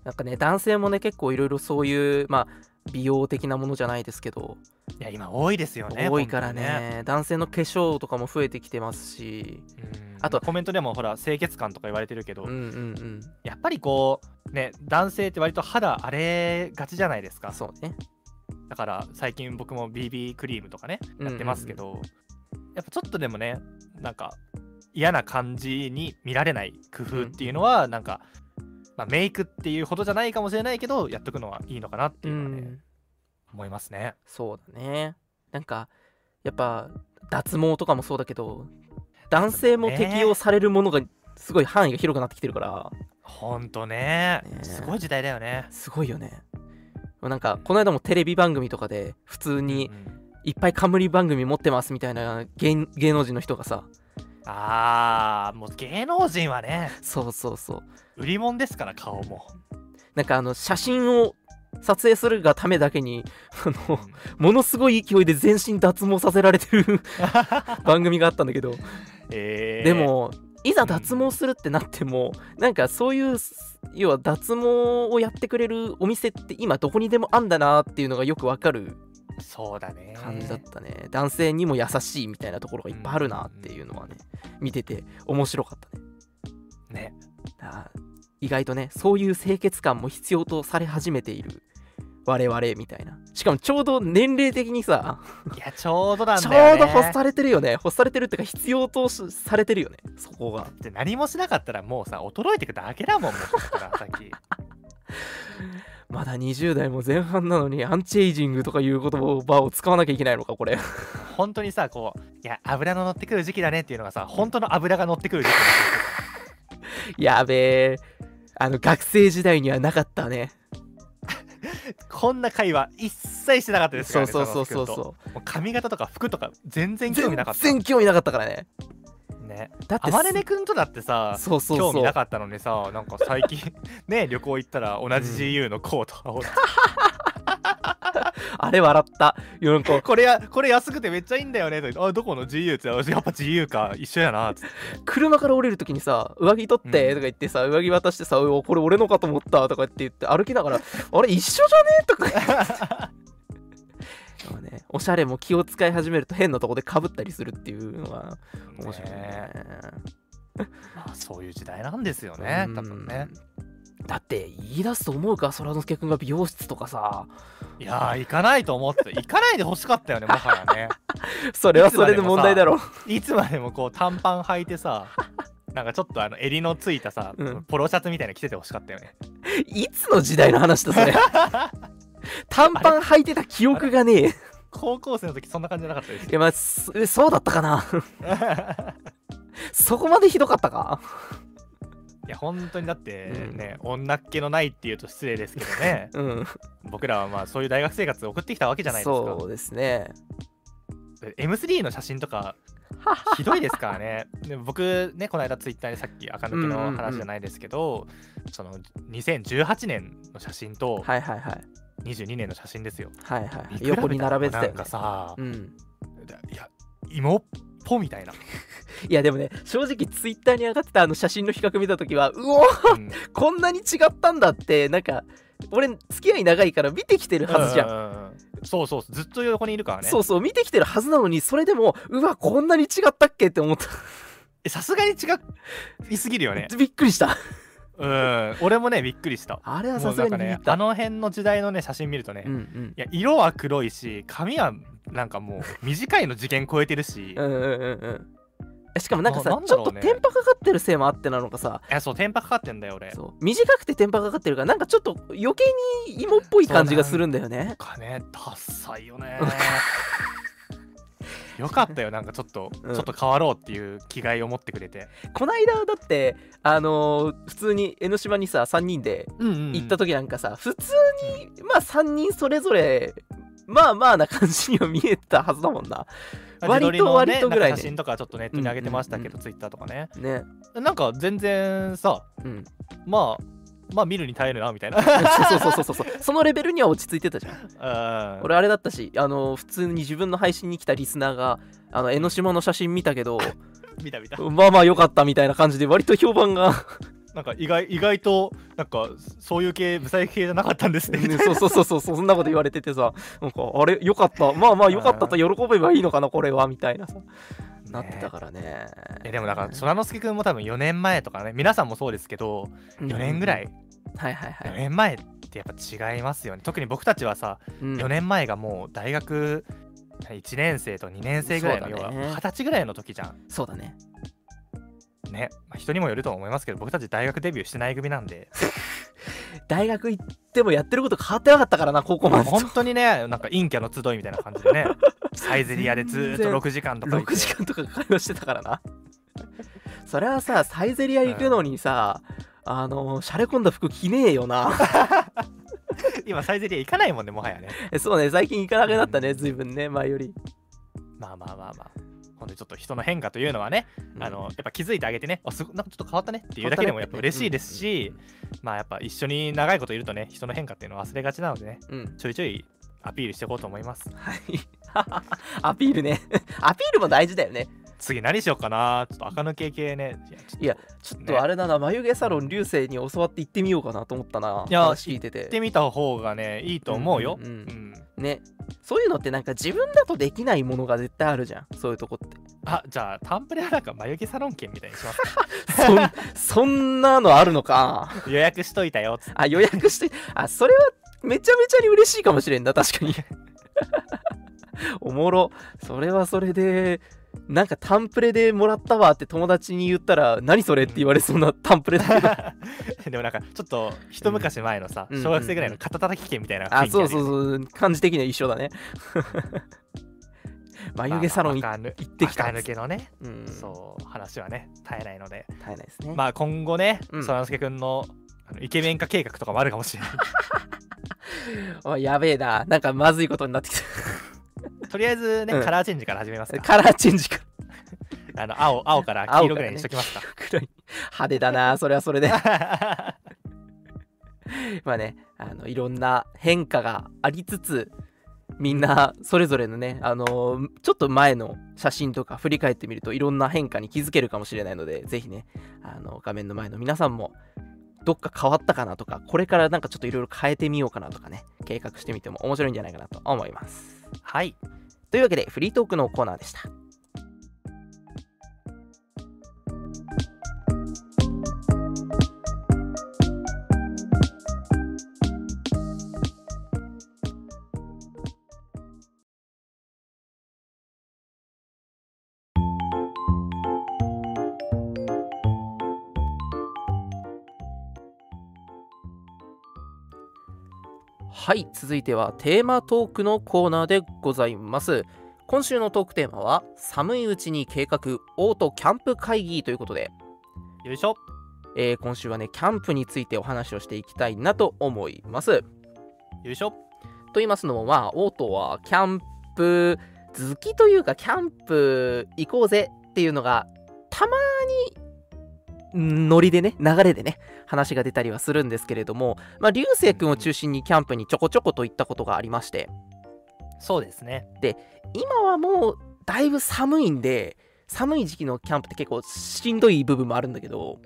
Speaker 1: なんかね男性もね結構いろいろそういうまあ美容的なものじゃないですけど、
Speaker 2: いや今多いですよね
Speaker 1: 多いからね
Speaker 2: 本
Speaker 1: 男性の化粧とかも増えてきてますし
Speaker 2: 当にねうん
Speaker 1: あと
Speaker 2: コメントでもほら清潔感とか言われてるけど、
Speaker 1: うんうん
Speaker 2: やっぱりこうね男性って割と肌荒れがちじゃないです
Speaker 1: う
Speaker 2: か
Speaker 1: んそうね
Speaker 2: だから最近僕も BB クリームとかねやってますけど、やっぱちょっとでもねなんか嫌な感じに見られない工夫っていうのは、なんか、まあ、メイクっていうほどじゃないかもしれないけどやっとくのはいいのかなって
Speaker 1: う
Speaker 2: いうのはね、
Speaker 1: ん
Speaker 2: 思いますね
Speaker 1: そうだねなんかやっぱ脱毛とかもそうだけど男性も適用されるものがすごい範囲が広くなってきてるから
Speaker 2: ほんとね
Speaker 1: ね
Speaker 2: すごい時代だよね
Speaker 1: すごいよねなんかこの間もテレビ番組とかで普通に
Speaker 2: うん
Speaker 1: いっぱい冠番組持ってますみたいな芸芸能人の人がさ
Speaker 2: あーもう芸能人はね
Speaker 1: そうそうそう
Speaker 2: 売り物ですから顔も
Speaker 1: なんかあの写真を撮影するがためだけに あの
Speaker 2: うん
Speaker 1: ものすごい勢いで全身脱毛させられてる 番組があったんだけど、
Speaker 2: えー
Speaker 1: でもいざ脱毛するってなってもなんかそういう要は脱毛をやってくれるお店って今どこにでもあんだなっていうのがよくわかる
Speaker 2: そうだね
Speaker 1: 感じだったね、男性にも優しいみたいなところがいっぱいあるなっていうのはね見てて面白かったね
Speaker 2: ね
Speaker 1: あー意外とねそういう清潔感も必要とされ始めている我々みたいなしかもちょうど年齢的にさ、
Speaker 2: いやちょうどなん
Speaker 1: ち
Speaker 2: だよ
Speaker 1: ょう
Speaker 2: ね
Speaker 1: ど欲されてるよね欲されてるっていうか必要としされてるよねそこが
Speaker 2: って何もしなかったらもうさ衰えてくだけだもんもうこっから先
Speaker 1: まだ20代も前半なのにアンチエイジングとかいう言葉を使わなきゃいけないのかこれ
Speaker 2: 本当にさこういや油の乗ってくる時期だねっていうのがさ本当の油が乗ってくる時期
Speaker 1: やべえあの学生時代にはなかったね
Speaker 2: こんな会話一切してなかったですか
Speaker 1: そ
Speaker 2: ら
Speaker 1: う
Speaker 2: ね
Speaker 1: そうそうそう
Speaker 2: 佐々木君と
Speaker 1: そ
Speaker 2: もう髪型とか服とか全
Speaker 1: う
Speaker 2: 然興味なか
Speaker 1: 全
Speaker 2: っ
Speaker 1: 然興味なかったからね
Speaker 2: たね
Speaker 1: だって
Speaker 2: あまねね君とだってさ
Speaker 1: そうそうそう
Speaker 2: 興味なかったのにさなんか最 近ね旅行行ったら同じ GU のコートを、
Speaker 1: あれ笑ったなんか
Speaker 2: これやこれ安くてめっちゃいいんだよねとか言ってあどこの GU って言ったらやっぱ GU か一緒やなっつって
Speaker 1: 車から降りるときにさ上着取って
Speaker 2: うん
Speaker 1: とか言ってさ、上着渡してさうわこれ俺のかと思ったとかって言って歩きながらあれ一緒じゃねとか言 って、ね、おしゃれも気を使い始めると変なとこでかぶったりするっていうのが面白いね
Speaker 2: ねまあそういう時代なんですよね多分ね
Speaker 1: うんだって言い出すと思うか空之助君が美容室とかさ
Speaker 2: いやー行かないと思ってた行かないで欲しかったよ ねもはやね
Speaker 1: それはそれで問題だろ
Speaker 2: いつまでもこう短パン履いてさなんかちょっとあの襟のついたさ、
Speaker 1: うん
Speaker 2: ポロシャツみたいなの着てて欲しかったよね
Speaker 1: いつの時代の話だ それ短パン履いてた記憶がねえ
Speaker 2: 高校生の時そんな感じじゃなかったです
Speaker 1: いやまあそそうだったか なそこまでひどかったか
Speaker 2: いや本当にだって
Speaker 1: うん
Speaker 2: ね、女っ気のないっていうと失礼ですけど ね
Speaker 1: うん
Speaker 2: 僕らはまあそういう大学生活を送ってきたわけじゃないですか
Speaker 1: そうですね
Speaker 2: M3 の写真とかひどいですからねで僕ねこの間ツイッターでさっき垢抜けの話じゃないですけど、その2018年の写真と
Speaker 1: はいはいはい
Speaker 2: 22年の写真ですよ、
Speaker 1: はいはい
Speaker 2: 見比べたら
Speaker 1: 横に並べてた
Speaker 2: な
Speaker 1: よ
Speaker 2: ん
Speaker 1: ね
Speaker 2: かさ、
Speaker 1: うん、
Speaker 2: いや芋っぽみたいな、
Speaker 1: いやでもね正直ツイッターに上がってたあの写真の比較見た時 はうお
Speaker 2: うん
Speaker 1: こんなに違ったんだってなんか俺付き合い長いから見てきてるはずじゃん、
Speaker 2: うううんそうそうずっと横にいるからね
Speaker 1: そうそう見てきてるはずなのにそれでもうわこんなに違ったっけって思った、
Speaker 2: えさすがに違いすぎるよね
Speaker 1: びっくりした
Speaker 2: うん俺もねびっくりした
Speaker 1: あれは
Speaker 2: も
Speaker 1: さ
Speaker 2: う
Speaker 1: す
Speaker 2: な
Speaker 1: がに
Speaker 2: んか
Speaker 1: ビビ
Speaker 2: ね
Speaker 1: っ
Speaker 2: あ
Speaker 1: た、
Speaker 2: の辺の時代のね写真見るとね、
Speaker 1: う
Speaker 2: い
Speaker 1: ん
Speaker 2: や色は黒いし髪はなんかもう短いの次元超えてるし、
Speaker 1: うんうんうんうんうんしかもなんかさ、
Speaker 2: ななん
Speaker 1: ち
Speaker 2: だ
Speaker 1: ょ
Speaker 2: ろ
Speaker 1: っ
Speaker 2: う
Speaker 1: と
Speaker 2: ね
Speaker 1: テンパかかってるせいもあってなのかさ
Speaker 2: いやそうテンパかかってんだよ俺
Speaker 1: そう短くてテンパかかってるからなんかちょっと余計に芋っぽい感じがするんだよね
Speaker 2: かねダッサいよ ねよかったよなんかちょっと、
Speaker 1: うん
Speaker 2: ちょっと変わろうっていう気概を持ってくれて、
Speaker 1: こないだだってあのー普通に江ノ島にさ3人で行った時なんかさ、普通にまあ3人それぞれまあまあな感じには見えたはずだもんな
Speaker 2: まあ
Speaker 1: 割と
Speaker 2: 自撮りの
Speaker 1: 割とぐらいね
Speaker 2: なんか写真とかちょっとネットに上げてましたけど、ツイッターとかね
Speaker 1: ね
Speaker 2: なんか全然さ
Speaker 1: うん、
Speaker 2: まあまあ見るに耐えるなみ たいな
Speaker 1: そうそうそうそう そうそのレベルには落ち着いてたじゃん
Speaker 2: うん
Speaker 1: 俺あれだったしあのー普通に自分の配信に来たリスナーがあの江ノ島の写真見たけど
Speaker 2: 見た見 た
Speaker 1: まあまあ良かったみたいな感じで割と評判が
Speaker 2: なんか意外意外となんかそういう系無細系じゃなかったんですねみたい
Speaker 1: ね、
Speaker 2: な
Speaker 1: そうそうそうそうそうそんなこと言われててさなんかあれよかったまあまあよかったと喜べばいいのかなこれはみたいなさ、 なってた
Speaker 2: ね
Speaker 1: からね
Speaker 2: えでもだから空之助君も多分4年前とかね皆さんもそうですけど4年ぐらい、
Speaker 1: はいはいは
Speaker 2: 4
Speaker 1: い、
Speaker 2: 年前ってやっぱ違いますよね特に僕たちはさ
Speaker 1: うん
Speaker 2: 4年前がもう大学1年生と2年生ぐらい
Speaker 1: そ
Speaker 2: の
Speaker 1: う
Speaker 2: 要
Speaker 1: だ
Speaker 2: は
Speaker 1: ね
Speaker 2: 二十歳ぐらいの時じゃん
Speaker 1: そうだね
Speaker 2: ね、まあ人にもよると思いますけど僕たち大学デビューしてない組なんで
Speaker 1: 大学行ってもやってること変わってなかったからな高校までと
Speaker 2: 本当にねなんか陰キャの集いみたいな感じ でねサイゼリアでずーっと6時間とかいて
Speaker 1: 6時間とか会話してたからなそれはさサイゼリア行くのにさ、あのしゃれ込んだ服着ねえよ な
Speaker 2: 今サイゼリア行かないもんねもはや ね
Speaker 1: えそうね最近行かなくなったね随分ね前より、
Speaker 2: まあまあまあまあほんでちょっと人の変化というのはね、あのやっぱ気づいてあげてねあすごなんかちょっと変わったねっていうだけでもやっぱ嬉しいですし、まあやっぱ一緒に長いこといるとね人の変化っていうのを忘れがちなのでね
Speaker 1: うん、うん、
Speaker 2: ちょいちょいアピールしていこうと思います
Speaker 1: はい アピールね アピールも大事だよね
Speaker 2: 次何しようかなちょっと垢抜け系ねいやちょっ
Speaker 1: いやちょ
Speaker 2: と
Speaker 1: っとあれだな、眉毛サロン流星に教わって行ってみようかなと思ったない
Speaker 2: や
Speaker 1: 話聞いて
Speaker 2: やっててみた方がねいいと思うよ、
Speaker 1: うんうんうん
Speaker 2: うん
Speaker 1: ねそういうのってなんか自分だとできないものが絶対あるじゃんそういうとこ って
Speaker 2: あじゃあタンプレはなんか眉毛サロン券みたいに しますか
Speaker 1: そんそんなのあるのか
Speaker 2: 予約しといたよつって
Speaker 1: あ予約してあそれはめちゃめちゃに嬉しいかもしれんな確かにおもろそれはそれでなんかタンプレでもらったわって友達に言ったら何それって言われそうなタンプレだけど
Speaker 2: でもなんかちょっと一昔前のさ、
Speaker 1: うん
Speaker 2: 小学生ぐらいの肩たたき券みたいな
Speaker 1: あ
Speaker 2: 雰囲気
Speaker 1: そう
Speaker 2: るよ
Speaker 1: そうそう感じ的には一緒 だね眉毛サロン行
Speaker 2: まあ
Speaker 1: っ
Speaker 2: まあ垢抜
Speaker 1: 行ってきた
Speaker 2: 垢抜けのね、
Speaker 1: うん
Speaker 2: そう話はね絶えないので、
Speaker 1: 耐えないですね、
Speaker 2: まあ今後ね
Speaker 1: うん
Speaker 2: そらすけくんのあのイケメン化計画とかもあるかもしれない
Speaker 1: おいやべえななんかまずいことになってき
Speaker 2: とりあえずね、
Speaker 1: うん
Speaker 2: カラーチェンジから始めます
Speaker 1: た
Speaker 2: か
Speaker 1: カラーチェンジか
Speaker 2: あの青青から黄色ぐらいにしときま すか
Speaker 1: くらい派手だなそれはそれでまあねあのいろんな変化がありつつみんなそれぞれのねあのちょっと前の写真とか振り返ってみるといろんな変化に気づけるかもしれないのでぜひねあの画面の前の皆さんもどっか変わったかなとかこれからなんかちょっといろいろ変えてみようかなとかね計画してみても面白いんじゃないかなと思います
Speaker 2: はい
Speaker 1: というわけでフリートークのコーナーでしたはい続いてはテーマトークのコーナーでございます今週のトークテーマは寒いうちに計画オートキャンプ会議ということで、
Speaker 2: よいしょ
Speaker 1: えー今週はねキャンプについてお話をしていきたいなと思います
Speaker 2: よいしょ
Speaker 1: と言いますのもまあオートはキャンプ好きというかキャンプ行こうぜっていうのがたまにんノリでね流れでね話が出たりはするんですけれども、まあ、流星君を中心にキャンプにちょこちょこと行ったことがありまして
Speaker 2: そうですね
Speaker 1: 今はもうだいぶ寒いんで寒い時期のキャンプって結構しんどい部分もあるんだけど、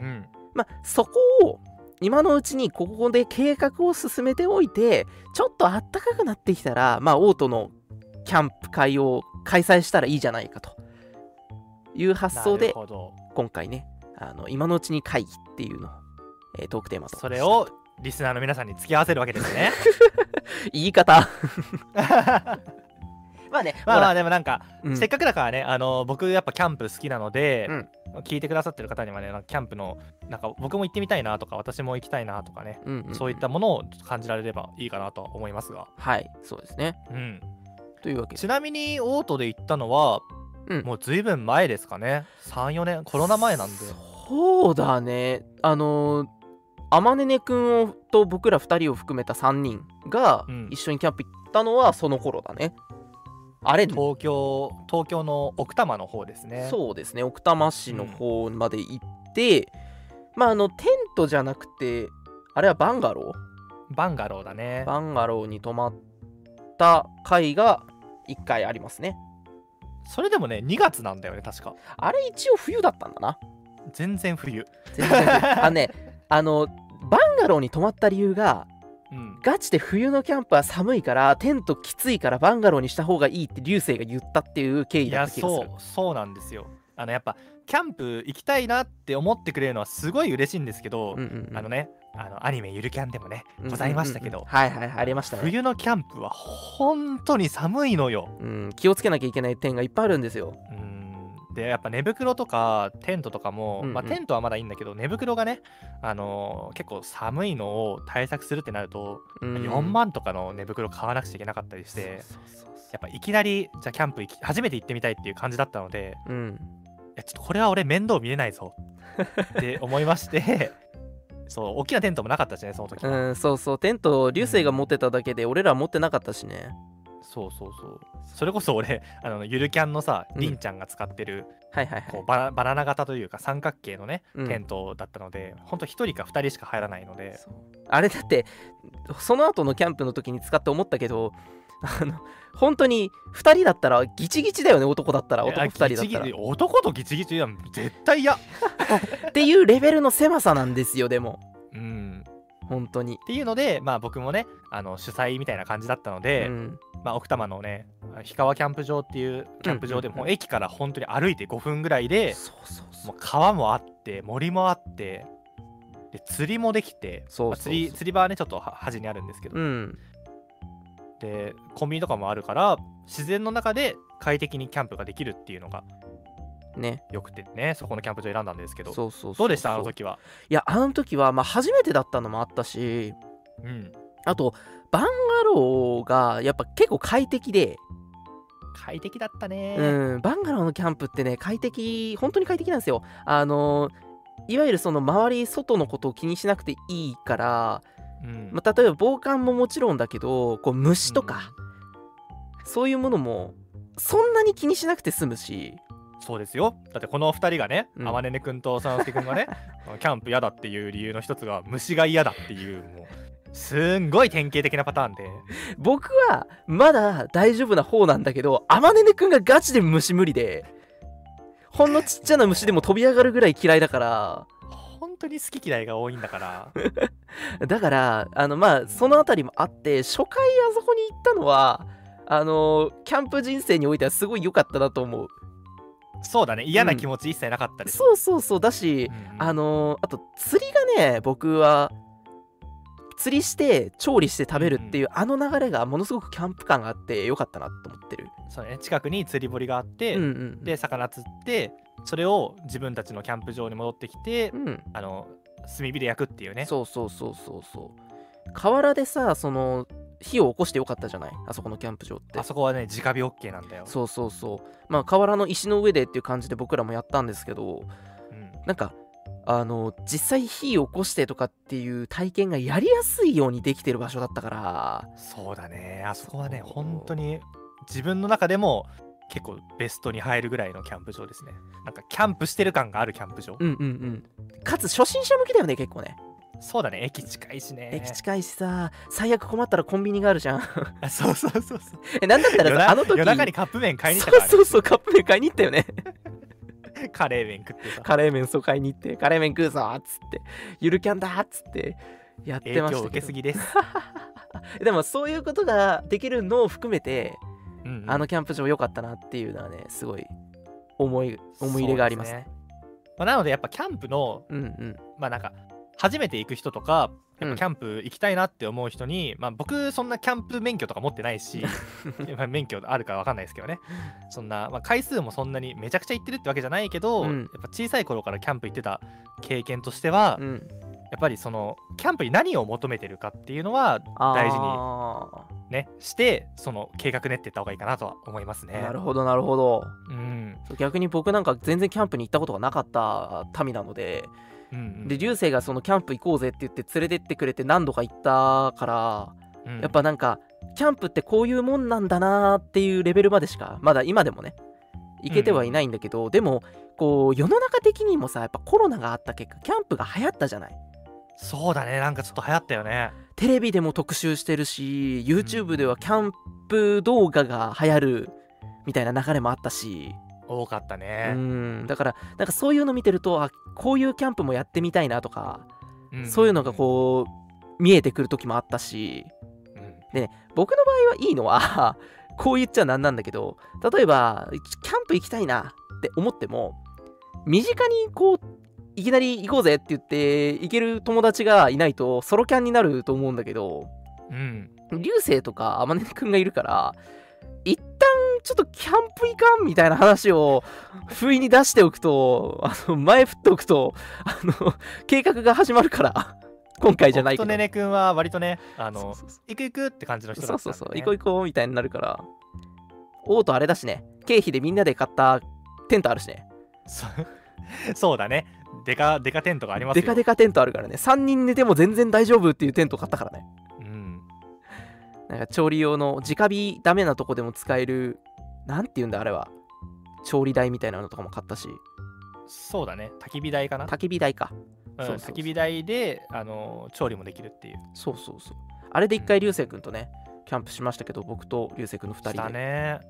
Speaker 2: うん
Speaker 1: まあ、そこを今のうちにここで計画を進めておいてちょっとあったかくなってきたら、まあ、オートのキャンプ会を開催したらいいじゃないかという発想
Speaker 2: なる
Speaker 1: で
Speaker 2: ほど
Speaker 1: 今回ねあの今のうちに会議っていうのを、えートークテーマと
Speaker 2: それをリスナーの皆さんに付き合わせるわけですね
Speaker 1: 言い方ま
Speaker 2: ま
Speaker 1: あね
Speaker 2: あま
Speaker 1: あ、
Speaker 2: あでもなんか
Speaker 1: うん
Speaker 2: せっかくだからね、あの僕やっぱキャンプ好きなので、
Speaker 1: うん
Speaker 2: 聞いてくださってる方にはね、なんかキャンプのなんか僕も行ってみたいなとか、私も行きたいなとかね、
Speaker 1: うんうん
Speaker 2: そういったものをちょっと感じられればいいかなと思いますが、
Speaker 1: はいそうですね
Speaker 2: うん、
Speaker 1: というわけで
Speaker 2: ちなみにオートで行ったのは、
Speaker 1: うん
Speaker 2: もうずいぶん前ですかね、3、4年、コロナ前なんで、
Speaker 1: そうだねあのーあまねねくんをと僕ら2人を含めた3人が
Speaker 2: うん
Speaker 1: 一緒にキャンプ行ったのはその頃だね、あれ
Speaker 2: 東京東京の奥多摩の方ですね。
Speaker 1: そうですね奥多摩市の方まで行って、まああのテントじゃなくてあれはバンガロ
Speaker 2: バンガローだね
Speaker 1: ー。バンガローに泊まった回が1回ありますね
Speaker 2: それでもね、2月なんだよね、確か。
Speaker 1: あれ一応冬だったんだな
Speaker 2: 全然冬。
Speaker 1: 全然 冬あのねあのバンガローに泊まった理由が
Speaker 2: うん、
Speaker 1: ガチで冬のキャンプは寒いからテントきついからバンガローにした方がいいって流星が言ったっていう経緯
Speaker 2: い
Speaker 1: だ
Speaker 2: や
Speaker 1: った気がする
Speaker 2: そうそうなんですよあのやっぱキャンプ行きたいなって思ってくれるのはすごい嬉しいんですけど、
Speaker 1: うんうんうん
Speaker 2: あのねあのアニメ「ゆるキャン」でもね
Speaker 1: うんうんうん
Speaker 2: ございましたけど、
Speaker 1: はいはいはいありましたね、
Speaker 2: 冬のキャンプは本当に寒いのよ
Speaker 1: うん、気をつけなきゃいけない点がいっぱいあるんですよ
Speaker 2: うーんってやっぱ寝袋とかテントとかも、
Speaker 1: うんうん
Speaker 2: まあ、テントはまだいいんだけど寝袋がね、あのー結構寒いのを対策するってなると、
Speaker 1: うん
Speaker 2: 4万とかの寝袋買わなくちゃいけなかったりし
Speaker 1: そう
Speaker 2: て
Speaker 1: そうそうそ
Speaker 2: やっぱいきなりじゃあキャンプ行き初めて行ってみたいっていう感じだったので
Speaker 1: ううん
Speaker 2: いやちょっとこれは俺面倒見れないぞって思い ましてそう大きなテントもなかったしねその時は、
Speaker 1: うんそうそうテント流星が持ってただけで俺ら持ってなかったしね
Speaker 2: そうそうそうそれこそ俺あのゆるキャンのさ
Speaker 1: うん
Speaker 2: りんちゃんが使ってる、
Speaker 1: はいはいは
Speaker 2: こ
Speaker 1: いう
Speaker 2: バラバナナ型というか三角形のね
Speaker 1: うん
Speaker 2: テントだったので、ほんと1人か2人しか入らないので
Speaker 1: そうあれだってその後のキャンプの時に使って思ったけどあの本当に2人だったらギチギチだよね男だったら男2人だ
Speaker 2: い
Speaker 1: った
Speaker 2: やギチギ
Speaker 1: ら
Speaker 2: チ男とギチギチは絶対嫌
Speaker 1: っていうレベルの狭さなんですよでも
Speaker 2: うん
Speaker 1: 本当に、
Speaker 2: っていうのでまあ僕もねあの主催みたいな感じだったので、
Speaker 1: うん、
Speaker 2: まあ、奥多摩のね氷川キャンプ場っていうキャンプ場で
Speaker 1: うんうん
Speaker 2: もう駅から本当に歩いて5分ぐらいで、
Speaker 1: そうそうそ
Speaker 2: も
Speaker 1: う
Speaker 2: う川もあって森もあってで釣りもできて
Speaker 1: そう
Speaker 2: まあ釣
Speaker 1: そう
Speaker 2: り
Speaker 1: そう
Speaker 2: 釣り場はねちょっとは端にあるんですけど、
Speaker 1: うん
Speaker 2: でコンビニとかもあるから自然の中で快適にキャンプができるっていうのが
Speaker 1: ね
Speaker 2: よくてねそこのキャンプ場選んだんですけど
Speaker 1: そうそうそう
Speaker 2: どうでしたあの時はい
Speaker 1: やあの時はまあ初めてだったのもあったし
Speaker 2: うん
Speaker 1: あとバンガローがやっぱ結構快適で、
Speaker 2: 快適だったね
Speaker 1: うん、バンガローのキャンプってね快適本当に快適なんですよあのいわゆるその周り外のことを気にしなくていいから、
Speaker 2: うん
Speaker 1: まあ、例えば防寒ももちろんだけどこう虫とか、そういうものもそんなに気にしなくて済むし
Speaker 2: そうですよだってこの2人がね
Speaker 1: うん
Speaker 2: あまねね君とさのすけ君 がねキャンプ嫌だっていう理由の一つが虫が嫌だっていうもうすんごい典型的なパターンで
Speaker 1: 僕はまだ大丈夫な方なんだけどあまねねくんがガチで虫無理でほんのちっちゃな虫でも飛び上がるぐらい嫌いだから
Speaker 2: 本当に好き嫌いが多いんだから
Speaker 1: だからあのまあそのあたりもあって初回あそこに行ったのはあのキャンプ人生においてはすごい良かったなと思う
Speaker 2: そうだね嫌な気持ち一切なかったです、
Speaker 1: そうそうそうだし
Speaker 2: うんうん
Speaker 1: あのあと釣りがね僕は釣りして調理して食べるっていうあの流れがものすごくキャンプ感があって良かったなと思ってる
Speaker 2: そうね近くに釣り堀があって、
Speaker 1: うんうん
Speaker 2: で魚釣ってそれを自分たちのキャンプ場に戻ってきて、
Speaker 1: うん
Speaker 2: あの炭火で焼くっていうね
Speaker 1: そうそうそうそうそう河原でさその火を起こしてよかったじゃないあそこのキャンプ場って
Speaker 2: あそこはね直火 OK なんだよ
Speaker 1: そうそうそうまあ河原の石の上でっていう感じで僕らもやったんですけど
Speaker 2: うん
Speaker 1: なんかあの実際火を起こしてとかっていう体験がやりやすいようにできてる場所だったから
Speaker 2: そうだねあそこはね
Speaker 1: そう
Speaker 2: 本当に自分の中でも結構ベストに入るぐらいのキャンプ場ですねなんかキャンプしてる感があるキャンプ場、
Speaker 1: うんうんうんかつ初心者向きだよね結構ね
Speaker 2: そうだね駅近いしね
Speaker 1: 駅近いしさ最悪困ったらコンビニがあるじゃん
Speaker 2: あ そうそうそうそう
Speaker 1: えなんだったら
Speaker 2: 夜
Speaker 1: さ
Speaker 2: な
Speaker 1: あの時
Speaker 2: 夜中にカップ麺買いに行っ
Speaker 1: そう
Speaker 2: たから、ね、
Speaker 1: そうそうカップ麺買いに行ったよ ね
Speaker 2: カレー麺食ってさ
Speaker 1: カレー麺そう買いに行ってカレー麺食うぞっつってゆるキャンだっつってやって
Speaker 2: 影
Speaker 1: ま
Speaker 2: 響
Speaker 1: し
Speaker 2: を
Speaker 1: た
Speaker 2: 受
Speaker 1: け
Speaker 2: けす
Speaker 1: ど
Speaker 2: ぎです、
Speaker 1: でもそういうことができるのを含めて、
Speaker 2: うんうん
Speaker 1: あのキャンプ場良かったなっていうのはねすごい思い思い入れがありますね
Speaker 2: そうですねまあ、なのでやっぱキャンプの
Speaker 1: うんうん
Speaker 2: まあなんか初めて行く人とかや
Speaker 1: う
Speaker 2: っぱ
Speaker 1: ん
Speaker 2: キャンプ行きたいなって思う人に、まあ僕そんなキャンプ免許とか持ってな いしまあ免許あるかわかんないですけどねそんな、まあ、回数もそんなにめちゃくちゃ行ってるってわけじゃないけど、
Speaker 1: うん
Speaker 2: やっぱ小さい頃からキャンプ行ってた経験としては、
Speaker 1: う
Speaker 2: や
Speaker 1: ん
Speaker 2: っぱりそのキャンプに何を求めてるかっていうのは大事に
Speaker 1: あ
Speaker 2: ねしてその計画練っていった方がいいかなとは思います
Speaker 1: ー
Speaker 2: ね。
Speaker 1: なるほどなるほど
Speaker 2: うん
Speaker 1: そう逆に僕なんか全然キャンプに行ったことがなかった民なので、
Speaker 2: うんうん
Speaker 1: で流星がそのキャンプ行こうぜって言って連れてってくれて何度か行ったから、
Speaker 2: うん
Speaker 1: やっぱなんかキャンプってこういうもんなんだなーっていうレベルまでしかまだ今でもね行けてはいないんだけど、でもこう世の中的にもさやっぱコロナがあった結果キャンプが流行ったじゃない
Speaker 2: そうだねなんかちょっと流行ったよね。
Speaker 1: テレビでも特集してるし YouTube ではキャンプ動画が流行るみたいな流れもあったし、
Speaker 2: 多かった
Speaker 1: う
Speaker 2: ね。
Speaker 1: ん、だからなんかそういうの見てるとあこういうキャンプもやってみたいなとか、
Speaker 2: ん
Speaker 1: そういうのがこう見えてくる時もあったし
Speaker 2: うん
Speaker 1: 僕の場合はいいのは こう言っちゃなんなんだけど例えばキャンプ行きたいなって思っても身近にこういきなり行こうぜって言って行ける友達がいないとソロキャンになると思うんだけど
Speaker 2: うん
Speaker 1: 流星とか天音くんがいるから一旦ちょっとキャンプ行かんみたいな話を不意に出しておくとあの前振っておくとあの計画が始まるから今回じゃないけ
Speaker 2: と
Speaker 1: ど
Speaker 2: ねね君は割とねあ
Speaker 1: そ
Speaker 2: の
Speaker 1: うそうそう
Speaker 2: 行く行くって感じの人だ
Speaker 1: そ
Speaker 2: っ
Speaker 1: う
Speaker 2: た
Speaker 1: そ
Speaker 2: ん
Speaker 1: う
Speaker 2: で
Speaker 1: そ
Speaker 2: ね
Speaker 1: う、行こう行こうみたいになるから。オートあれだしね、経費でみんなで買ったテントあるしね。
Speaker 2: そうそう だねデカデカテントがありますよ
Speaker 1: デカデカテントあるからね、3人寝ても全然大丈夫っていうテント買ったからね。
Speaker 2: うん
Speaker 1: なんか調理用の直火ダメなとこでも使える、なんて言うんだあれは。調理台みたいなのとかも買ったし、
Speaker 2: そうだね焚き火台かな、
Speaker 1: 焚き火台か。
Speaker 2: うん
Speaker 1: そうそうそう
Speaker 2: 焚き火台であの調理もできるっていう
Speaker 1: そうそうそう。あれで一回流星君とね、キャンプしましたけど、僕と流星君の2
Speaker 2: し
Speaker 1: 人
Speaker 2: た
Speaker 1: で。
Speaker 2: ね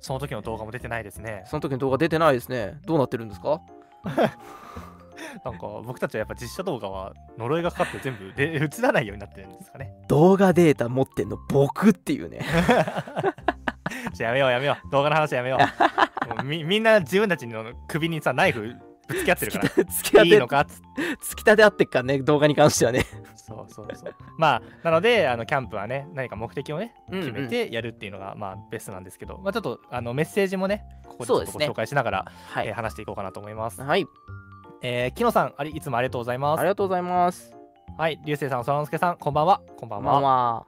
Speaker 2: その時の動画も出てないですね
Speaker 1: その時の動画出てないですね。どうなってるんですか
Speaker 2: なんか僕たちはやっぱ実写動画は呪いがかかって全部で 映らないようになってるんですかね
Speaker 1: 動画データ持ってんの僕っていうね。
Speaker 2: じゃあやめようやめよう動画の話やめよう もうみみんな自分たちの首にさナイフぶつけ合ってるか
Speaker 1: 突き立
Speaker 2: ら
Speaker 1: て
Speaker 2: いいのかっつって
Speaker 1: 突き立て合ってっからね動画に関してはね、
Speaker 2: そうそうそうまあなのであのキャンプはね何か目的をね決め
Speaker 1: うん
Speaker 2: てやるっていうのがまあベストなんですけど、まあ、ちょっとあのメッセージもねここでち
Speaker 1: そ
Speaker 2: ょ
Speaker 1: うで
Speaker 2: っと
Speaker 1: す
Speaker 2: ご
Speaker 1: ね
Speaker 2: 紹介しながら、
Speaker 1: は
Speaker 2: えー
Speaker 1: い、
Speaker 2: 話していこうかなと思います。
Speaker 1: はい、
Speaker 2: えー、キノさんありいつもありがとうございま
Speaker 1: あり
Speaker 2: す。
Speaker 1: がとうございます
Speaker 2: はい、流星さん、そらのすけさん、こんばんは。こんば
Speaker 1: こ
Speaker 2: ん
Speaker 1: ん
Speaker 2: は。
Speaker 1: ばんは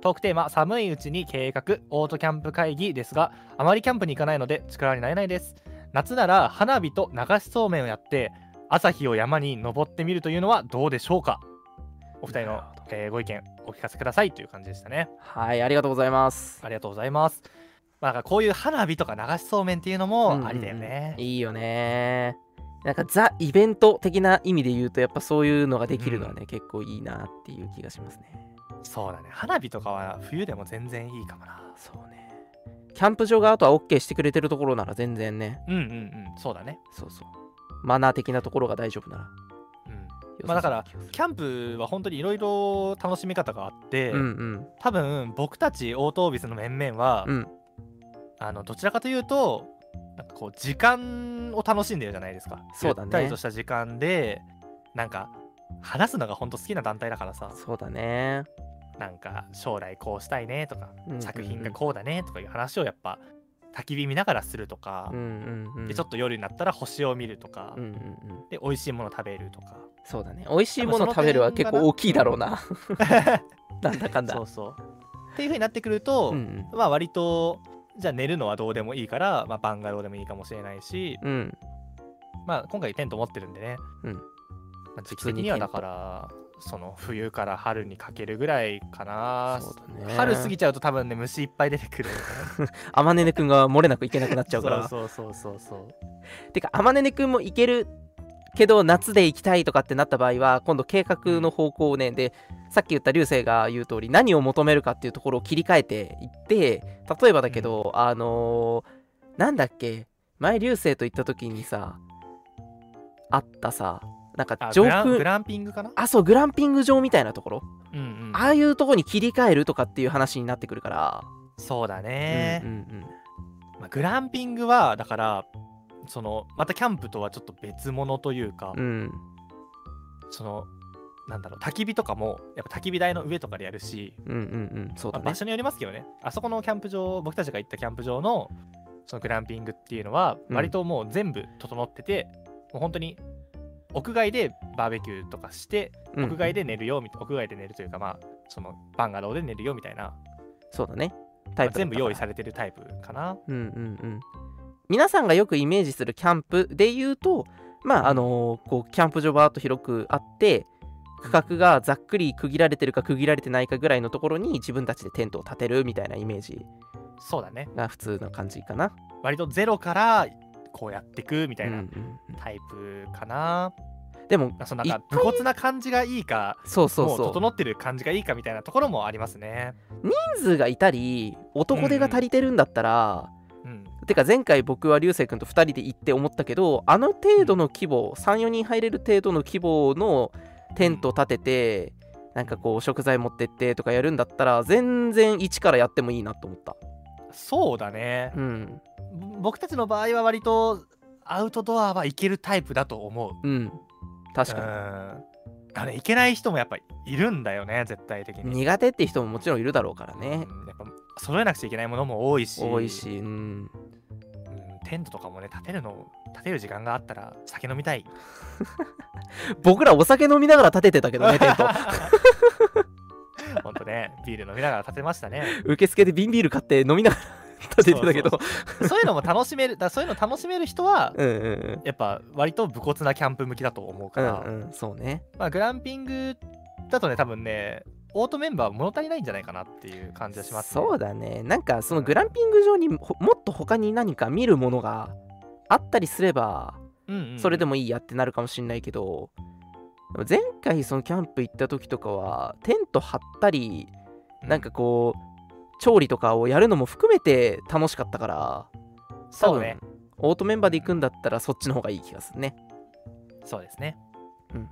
Speaker 2: トークテーマ、寒いうちに計画、オートキャンプ会議ですが、あまりキャンプに行かないので力になれないです。夏なら花火と流しそうめんをやって、朝日を山に登ってみるというのはどうでしょうかお二人
Speaker 1: な
Speaker 2: の
Speaker 1: るほど、
Speaker 2: えーご意見お聞かせくださいという感じでしたね。
Speaker 1: はいありがとうございます
Speaker 2: ありがとうございます。まあ、なんかこういう花火とか流しそうめんっていうのもありだよ
Speaker 1: うん
Speaker 2: ね
Speaker 1: うん。いいよねなんかザイベント的な意味で言うとやっぱそういうのができるのはね、結構いいなっていう気がしますね
Speaker 2: そうだね。花火とかは冬でも全然いいかもな。
Speaker 1: そうねキャンプ場側とは OK してくれてるところなら全然ね
Speaker 2: うんうんうん、そうだね。
Speaker 1: そうそうマナー的なところが大丈夫なら
Speaker 2: うん、
Speaker 1: 良
Speaker 2: ま
Speaker 1: さそ
Speaker 2: あだか
Speaker 1: う
Speaker 2: ら
Speaker 1: な気がする
Speaker 2: キャンプは本当にいろいろ楽しみ方があって、
Speaker 1: うん
Speaker 2: 多分僕たちオートオービスの面々は、
Speaker 1: うんうん
Speaker 2: あのどちらかというとなんかこう時間を楽しんでるじゃないですか
Speaker 1: そうだね
Speaker 2: ゆったりとした時間でなんか話すのが本当好きな団体だからさ
Speaker 1: そうだね、
Speaker 2: なんか将来こうしたいねとか
Speaker 1: うんうんうん
Speaker 2: 作品がこうだねとかいう話をやっぱ焚き火見ながらするとか、
Speaker 1: うんうんうん
Speaker 2: でちょっと夜になったら星を見るとか、
Speaker 1: うんうんうん
Speaker 2: で美味しいもの食べるとか
Speaker 1: そうだね美味しいもの食べるは結構大きいだろうな なんだかんだ
Speaker 2: そうそうっていう風になってくると、
Speaker 1: うん
Speaker 2: まあ割とじゃあ寝るのはどうでもいいから、まあ、バンガローでもいいかもしれないし、
Speaker 1: うんうん
Speaker 2: まあ、今回テント持ってるんでね、
Speaker 1: うん
Speaker 2: まあ、時期的にはだからその冬から春にかけるぐらいかな、
Speaker 1: そうだね
Speaker 2: 春過ぎちゃうと多分ね虫いっぱい出てくるんだよね
Speaker 1: あまねねくんが漏れなくいけなくなっちゃうから
Speaker 2: そうそうそうそうそう
Speaker 1: てかあまねねくんもいけるけど夏で行きたいとかってなった場合は今度計画の方向をね、でさっき言った流星が言う通り何を求めるかっていうところを切り替えていって例えばだけど、あのーなんだっけ前流星と行った時にさあったさなんか
Speaker 2: あ
Speaker 1: 上
Speaker 2: グラング
Speaker 1: 空
Speaker 2: ランピングかな
Speaker 1: あそうグランピング場みたいなところ
Speaker 2: うんうん
Speaker 1: ああいうとこに切り替えるとかっていう話になってくるから、
Speaker 2: そうだね、
Speaker 1: うんうん
Speaker 2: まあ、グランピングはだからそのまたキャンプとはちょっと別物というか、
Speaker 1: うん、うん、
Speaker 2: そのなんだろう焚き火とかもやっぱ焚き火台の上とかでやるし、
Speaker 1: うんうんうんそう
Speaker 2: ま
Speaker 1: だ
Speaker 2: あ
Speaker 1: ね
Speaker 2: 場所によりますけどねあそこのキャンプ場僕たちが行ったキャンプ場のそのグランピングっていうのは
Speaker 1: うん
Speaker 2: 割ともう全部整ってて、もう本当に屋外でバーベキューとかして
Speaker 1: うん
Speaker 2: 屋外で寝るよみたいな、屋外で寝るというかまあそのバンガローで寝るよみたいな、
Speaker 1: そうだね
Speaker 2: ま
Speaker 1: タ
Speaker 2: あ
Speaker 1: イプだったから
Speaker 2: 全部用意されてるタイプかな
Speaker 1: うんうんうん皆さんがよくイメージするキャンプで言うとまああのーこうキャンプ場バーっと広くあって区画がざっくり区切られてるか区切られてないかぐらいのところに自分たちでテントを建てるみたいなイメージ
Speaker 2: そうだね
Speaker 1: が普通の感じかな。
Speaker 2: 割とゼロからこうやっていくみた
Speaker 1: う
Speaker 2: い
Speaker 1: んう
Speaker 2: なん
Speaker 1: う
Speaker 2: タイプかな、
Speaker 1: んでも
Speaker 2: まあその
Speaker 1: い
Speaker 2: な
Speaker 1: っ
Speaker 2: んか武骨な感じがいいか
Speaker 1: そうそう
Speaker 2: もう
Speaker 1: そう
Speaker 2: 整ってる感じがいいかみたいなところもありますね。
Speaker 1: 人数がいたり男手が足りてるんだったら、
Speaker 2: うん、
Speaker 1: てか前回僕は流星君と2人で行って思ったけどあの程度の規模34人入れる程度の規模のテント立ててなんかこう食材持ってってとかやるんだったら全然一からやってもいいなと思った
Speaker 2: そうだね
Speaker 1: う、ん
Speaker 2: 僕たちの場合は割とアウトドアはいけるタイプだと思
Speaker 1: う
Speaker 2: う。
Speaker 1: ん確か
Speaker 2: かに。あれいけない人もやっぱいるんだよね絶対的
Speaker 1: に
Speaker 2: に。
Speaker 1: 苦手って人ももちろんいるだろうからね
Speaker 2: うんやっぱ揃えなくちゃいけないものも多いし
Speaker 1: 多いし、うん、
Speaker 2: うんテントとかもね立てるの立てる時間があったら酒飲みたい
Speaker 1: 僕らお酒飲みながら立ててたけど ねテント
Speaker 2: ほんとねビール飲みながら立てましたね
Speaker 1: 受付で瓶ビール買って飲みながら立ててたけど
Speaker 2: そそういうのも楽しめるだからそういうの楽しめる人は
Speaker 1: うんうんうん
Speaker 2: やっぱ割と武骨なキャンプ向きだと思う
Speaker 1: う
Speaker 2: から、
Speaker 1: んうんそうね
Speaker 2: まあ、グランピングだとね多分ねオートメンバー物足りないんじゃないかなっていう感じはします、ね、
Speaker 1: そうだねなんかそのグランピング場にほもっと他に何か見るものがあったりすれば
Speaker 2: うんうんうん
Speaker 1: それでもいいやってなるかもしんないけどでも前回そのキャンプ行った時とかはテント張ったり
Speaker 2: うん
Speaker 1: なんかこう調理とかをやるのも含めて楽しかったから多
Speaker 2: そう
Speaker 1: 分
Speaker 2: ね
Speaker 1: オートメンバーで行くんだったらそっちの方がいい気がするね
Speaker 2: そうですね
Speaker 1: うんうん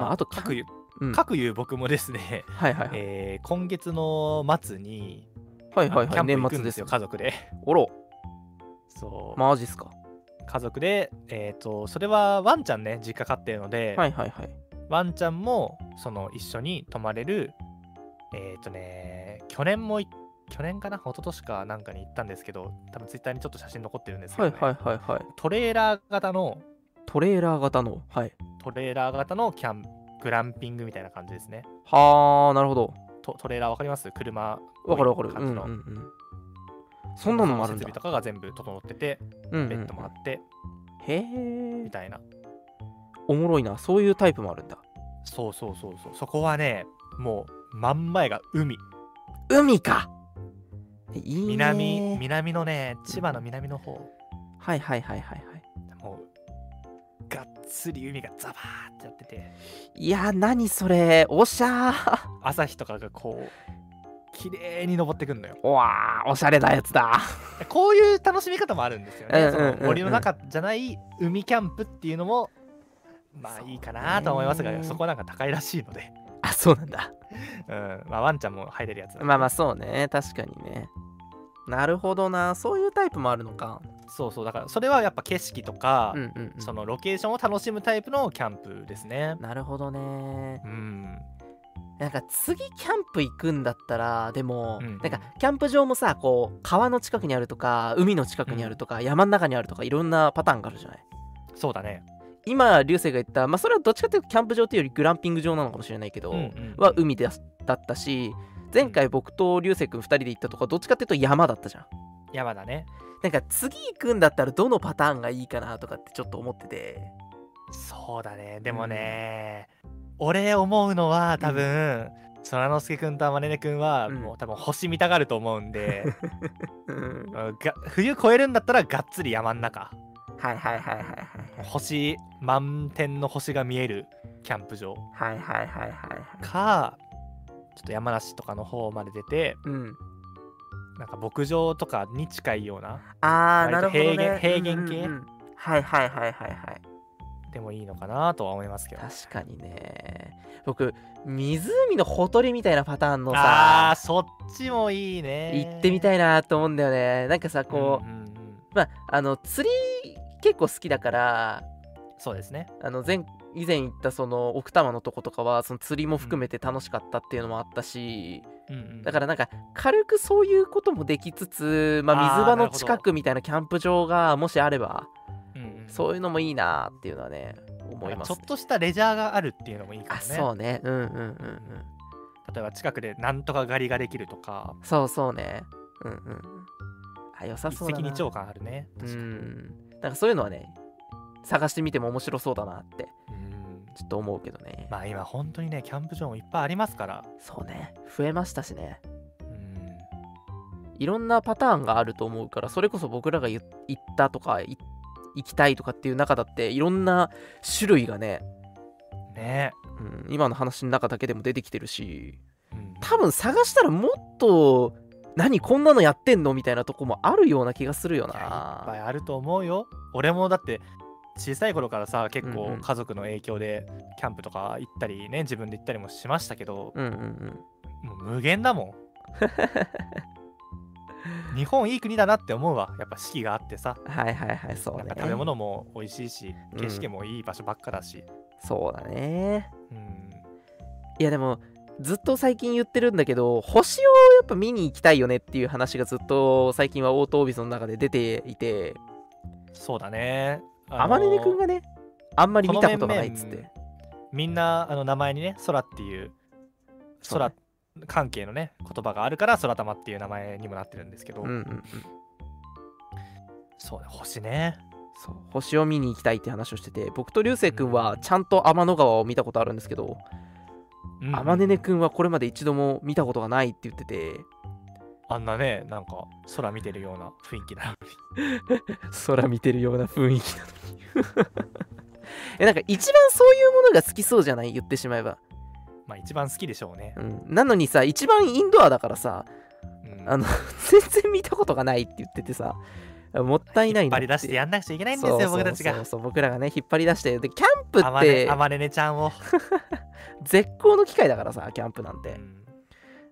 Speaker 1: ま
Speaker 2: あ、
Speaker 1: ああ
Speaker 2: あ
Speaker 1: と
Speaker 2: と各言う
Speaker 1: うん
Speaker 2: 各言う僕もですね、
Speaker 1: はい はいはい
Speaker 2: えー今月の末に
Speaker 1: はい
Speaker 2: あ
Speaker 1: はい
Speaker 2: のキ
Speaker 1: は
Speaker 2: ャ
Speaker 1: い年
Speaker 2: ンプ行く
Speaker 1: 末
Speaker 2: ん
Speaker 1: で
Speaker 2: です
Speaker 1: す
Speaker 2: よ
Speaker 1: よ
Speaker 2: 家族で
Speaker 1: おろ
Speaker 2: そう、
Speaker 1: マジっすか
Speaker 2: 家族でえっ、とそれはワンちゃんね実家飼ってるので、
Speaker 1: はいはいはい
Speaker 2: ワンちゃんもその一緒に泊まれるえっ、とね去年もい去年かな一昨年かなんかに行ったんですけど多分ツイッターにちょっと写真残ってるんですけ
Speaker 1: は
Speaker 2: ど、
Speaker 1: い
Speaker 2: ね
Speaker 1: はいはいはい
Speaker 2: トレーラー型の
Speaker 1: トレーラー型のはい
Speaker 2: トレーラー型のキャングランピングみたいな感じですね
Speaker 1: はあなるほど
Speaker 2: トトレーラーわかります車
Speaker 1: わかるわかる
Speaker 2: こ
Speaker 1: う
Speaker 2: うい
Speaker 1: んうう
Speaker 2: うん感じの
Speaker 1: んそんなのもあるん
Speaker 2: 設
Speaker 1: だ
Speaker 2: 備とかが全部整ってて
Speaker 1: うんうん
Speaker 2: ベッドもあって
Speaker 1: へ
Speaker 2: み
Speaker 1: え
Speaker 2: たいな、
Speaker 1: おもろいなそういうタイプもあるんだ
Speaker 2: そうそうそうそうそこはねもう真ん前が海
Speaker 1: 海かいいね
Speaker 2: 南南のね千葉の南の方
Speaker 1: はいはいはいはいはい
Speaker 2: もうがっつり海がザバーってやってて
Speaker 1: いや何それおしゃー
Speaker 2: 朝日とかがこう綺麗に登ってくんのよ
Speaker 1: うわーおしゃれなやつだ
Speaker 2: こういう楽しみ方もあるんですよ
Speaker 1: うんう
Speaker 2: ね
Speaker 1: ん
Speaker 2: そ
Speaker 1: うんうん
Speaker 2: の森の中じゃない海キャンプっていうのもまあいいかなと思います
Speaker 1: そう
Speaker 2: が
Speaker 1: ね
Speaker 2: そこはなんか高いらしいので、
Speaker 1: あそうなんだ
Speaker 2: うんまあ、ワンちゃんも入れるやつだ
Speaker 1: まあまあそうね確かにねなるほどなそういうタイプもあるのか
Speaker 2: そうそうだからそれはやっぱ景色とか、
Speaker 1: うんうん、うん、
Speaker 2: そのロケーションを楽しむタイプのキャンプですね
Speaker 1: なるほどね
Speaker 2: うん
Speaker 1: なんか次キャンプ行くんだったらでも、
Speaker 2: うんうん
Speaker 1: なんかキャンプ場もさこう川の近くにあるとか海の近くにあるとか、山の中にあるとかいろんなパターンがあるじゃない
Speaker 2: そうだね
Speaker 1: 今流星が言った、まあ、それはどっちかというとキャンプ場というよりグランピング場なのかもしれないけど、
Speaker 2: うんうん
Speaker 1: は海だだったし前回僕と流星君2人で行ったとこはどっちかっていうと山だったじゃん
Speaker 2: 山だね
Speaker 1: なんか次行くんだったらどのパターンがいいかなとかってちょっと思ってて
Speaker 2: そうだねでもね、俺思うのは多分、そらのすけくんとあまねねくんは、
Speaker 1: うん
Speaker 2: もう多分星見たがると思うんで
Speaker 1: うん
Speaker 2: が冬越えるんだったらがっつり山ん中
Speaker 1: はいはいはいはい
Speaker 2: 星満天の星が見えるキャンプ場
Speaker 1: はいはいはいはいはい
Speaker 2: かちょっと山梨とかの方まで出て
Speaker 1: うん
Speaker 2: なんか牧場とかに近いような
Speaker 1: ああなる
Speaker 2: 割
Speaker 1: ほ
Speaker 2: と
Speaker 1: どね
Speaker 2: 平原平原系
Speaker 1: うんうんうんはいはいはいはいはい
Speaker 2: でもいいのかなとは思いますけど
Speaker 1: 確かにね僕湖のほとりみたいなパターンのさ
Speaker 2: あーそっちもいいね
Speaker 1: 行ってみたいなと思うんだよねなんかさこう、
Speaker 2: うんうんうん
Speaker 1: まああの釣り結構好きだから
Speaker 2: そうですね
Speaker 1: あの前以前行ったその奥多摩のとことかはその釣りも含めて楽しかったっていうのもあったし、
Speaker 2: うんうん
Speaker 1: だからなんか軽くそういうこともできつつ、まあ、
Speaker 2: あー
Speaker 1: 水場
Speaker 2: な
Speaker 1: の
Speaker 2: るほど
Speaker 1: 近くみたいなキャンプ場がもしあれば
Speaker 2: うんうん
Speaker 1: そういうのもいいなっていうのはね思います、
Speaker 2: ちょっとしたレジャーがあるっていうのもいいか
Speaker 1: あ
Speaker 2: も
Speaker 1: そ
Speaker 2: ね
Speaker 1: うねうんうんうんうん
Speaker 2: 例えば近くでなんとか狩りができるとか
Speaker 1: そうそうねうんうんうんあ良さ
Speaker 2: 一
Speaker 1: そうだ
Speaker 2: 石
Speaker 1: な
Speaker 2: 二鳥感あるね
Speaker 1: う
Speaker 2: 確かに
Speaker 1: んなんかそういうのはね探してみても面白そうだなって
Speaker 2: うん
Speaker 1: ちょっと思うけどね、
Speaker 2: まあ今本当にねキャンプ場もいっぱいありますから
Speaker 1: そうね増えましたしね
Speaker 2: うん
Speaker 1: いろんなパターンがあると思うからそれこそ僕らが言行ったとかい行きたいとかっていう中だっていろんな種類がね、
Speaker 2: ね
Speaker 1: うん、今の話の中だけでも出てきてるし
Speaker 2: うん
Speaker 1: 多分探したらもっと何こんなのやってんのみたいなとこもあるような気がするよ
Speaker 2: いやいっぱい
Speaker 1: な
Speaker 2: あると思うよ俺もだって小さい頃からさ結
Speaker 1: うんう
Speaker 2: 構
Speaker 1: ん
Speaker 2: 家族の影響でキャンプとか行ったりね自分で行ったりもしましたけど
Speaker 1: うんうんうん
Speaker 2: もう無限 だもん日本いい国だなって思うわやっぱ四季があってさ
Speaker 1: はいはいはいそう
Speaker 2: なん
Speaker 1: ね
Speaker 2: か食べ物も美味しいし
Speaker 1: うん
Speaker 2: 景色もいい場所ばっかだし、
Speaker 1: そうだね
Speaker 2: うん
Speaker 1: いやでもずっと最近言ってるんだけど星をやっぱ見に行きたいよねっていう話がずっと最近はオートオービスの中で出ていて
Speaker 2: そうだね。
Speaker 1: あまねねくんがねあんまり見たことがないっつっ
Speaker 2: この
Speaker 1: て
Speaker 2: みんなあの名前にね空っていう
Speaker 1: そう
Speaker 2: 空
Speaker 1: ね
Speaker 2: 関係のね言葉があるから空玉っていう名前にもなってるんですけど、
Speaker 1: うんうんうん
Speaker 2: そうね星ね
Speaker 1: そう星を見に行きたいって話をしてて僕と流星くんはちゃんと天の川を見たことあるんですけどあまねねくんはこれまで一度も見たことがないって言ってて
Speaker 2: あんなねなんか空見てるような 雰囲気だ
Speaker 1: 空見てるような雰囲気なのに えなんか一番そういうものが好きそうじゃない言ってしまえば、
Speaker 2: まあ一番好きでしょうね、
Speaker 1: うん、なのにさ一番インドアだからさ
Speaker 2: うん
Speaker 1: あの 全然見たことがないって言っててさもったいない
Speaker 2: 引っ
Speaker 1: な
Speaker 2: 張
Speaker 1: っ
Speaker 2: り
Speaker 1: て
Speaker 2: 出してやんなくちゃいけないんです
Speaker 1: そ
Speaker 2: よ
Speaker 1: うそう
Speaker 2: 僕たちが
Speaker 1: そうそう僕らがね引っ張り出してでキャンプ
Speaker 2: あ
Speaker 1: っ
Speaker 2: まね
Speaker 1: て
Speaker 2: あまねねちゃんを、
Speaker 1: 絶好の機会だからさキャンプなんて、
Speaker 2: うん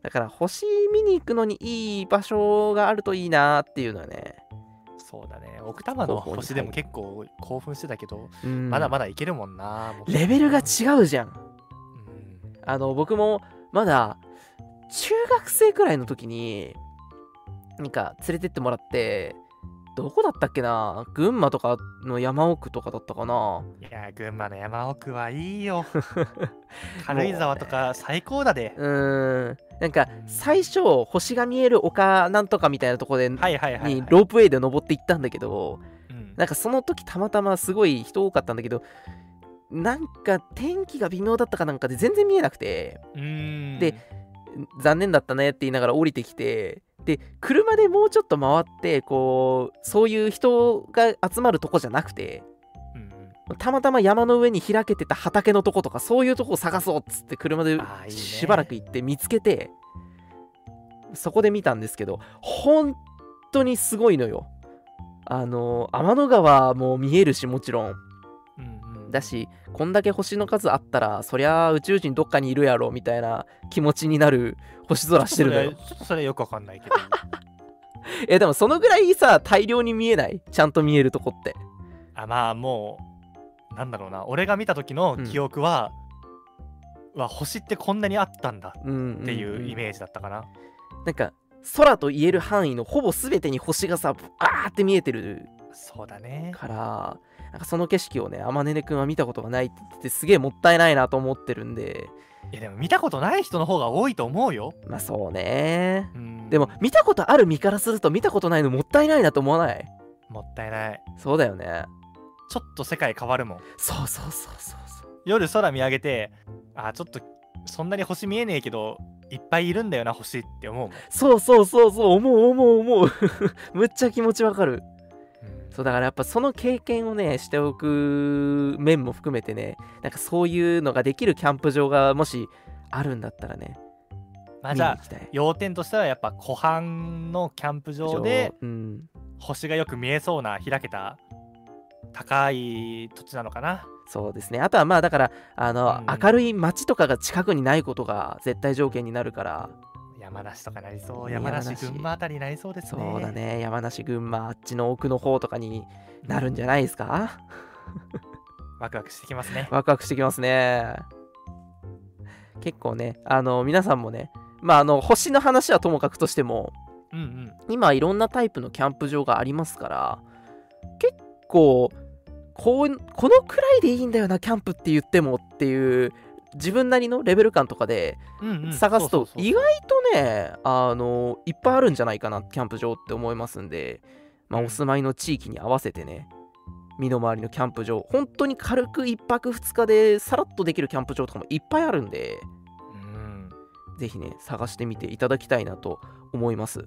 Speaker 1: だから星見に行くのにいい場所があるといいなっていうのはね、
Speaker 2: そうだね奥多摩の
Speaker 1: 候補に
Speaker 2: 星でも結構興奮してたけど、
Speaker 1: うん
Speaker 2: まだまだいけるもんなもう
Speaker 1: レベルが違うじゃん
Speaker 2: うん
Speaker 1: あの僕もまだ中学生くらいの時になんか連れてってもらってどこだったっけな群馬とかの山奥とかだったかない
Speaker 2: やー群馬の山奥はい いよ軽井沢とか最高だで、
Speaker 1: うーんなんか最初星が見える丘なんとかみたいなとこでに
Speaker 2: はいはいはい、はい、
Speaker 1: ロープウェイで登って行ったんだけど
Speaker 2: うん
Speaker 1: なんかその時たまたますごい人多かったんだけどなんか天気が微妙だったかなんかで全然見えなくて
Speaker 2: うーん
Speaker 1: で残念だったねって言いながら降りてきてで車でもうちょっと回ってこうそういう人が集まるとこじゃなくて
Speaker 2: うん
Speaker 1: たまたま山の上に開けてた畑のとことかそういうとこを探そうっつって車で
Speaker 2: あーいいね
Speaker 1: しばらく行って見つけてそこで見たんですけど本当にすごいのよ。あの天の川も見えるしもちろん
Speaker 2: うんうん
Speaker 1: だしこんだけ星の数あったらそりゃ宇宙人どっかにいるやろみたいな気持ちになる星空してるのよ
Speaker 2: ちょっとそれちょっとそれよくわかんない けど
Speaker 1: えでもそのぐらいさ大量に見えないちゃんと見えるとこって
Speaker 2: あまあもうなんだろうな俺が見た時の記憶は、わ星ってこんなにあったんだ
Speaker 1: うん
Speaker 2: っていうイ
Speaker 1: ージ
Speaker 2: メージだったかな、
Speaker 1: なんか空と言える範囲のほぼ全てに星がさバーって見えてる
Speaker 2: そうだね
Speaker 1: からなんかその景色をね天音くんは見たことがないって言っててすげえもったいないなと思ってるんで
Speaker 2: いやでも見たことない人の方が多いと思うよ、
Speaker 1: まあそうね
Speaker 2: うん
Speaker 1: でも見たことある身からすると見たことないのもったいないなと思わない
Speaker 2: もったいない
Speaker 1: そうだよね
Speaker 2: ちょっと世界変わるもん
Speaker 1: そうそうそうそうそう
Speaker 2: 夜空見上げてあーちょっとそんなに星見えねえけどいっぱいいるんだよな星って思うもん、
Speaker 1: そうそうそうそう思う思う思う むっちゃ気持ちわかるそうだからやっぱその経験をねしておく面も含めてねなんかそういうのができるキャンプ場がもしあるんだったらね
Speaker 2: まあじ
Speaker 1: 見に
Speaker 2: ゃあ
Speaker 1: 行きたい
Speaker 2: 要点としたらやっぱ湖畔のキャンプ場で
Speaker 1: うん、
Speaker 2: 星がよく見えそうな開けた高い土地なのかな
Speaker 1: そうですねあとはまあだからあの、
Speaker 2: うん
Speaker 1: 明るい街とかが近くにないことが絶対条件になるから
Speaker 2: 山梨とかなりそう
Speaker 1: ね
Speaker 2: 山
Speaker 1: 山
Speaker 2: 梨
Speaker 1: 梨
Speaker 2: 群馬あたりになりそうですね
Speaker 1: そうだね山梨群馬あっちの奥の方とかになるんじゃないです か、
Speaker 2: ワクワクしてきます ね
Speaker 1: ワクワクしてきますね結構ねあの皆さんもねまああの星の話はともかくとしても
Speaker 2: うんうん
Speaker 1: 今いろんなタイプのキャンプ場がありますから結構こうこのくらいでいいんだよなキャンプって言ってもっていう自分なりのレベル感とかで
Speaker 2: うんうん
Speaker 1: 探す
Speaker 2: そう
Speaker 1: と
Speaker 2: そうそう
Speaker 1: 意外とねあのいっぱいあるんじゃないかなキャンプ場って思いますんで、まあ、
Speaker 2: うん
Speaker 1: お住まいの地域に合わせてね身の回りのキャンプ場本当に軽く1泊2日でさらっとできるキャンプ場とかもいっぱいあるんで
Speaker 2: うん
Speaker 1: ぜひね探してみていただきたいなと思います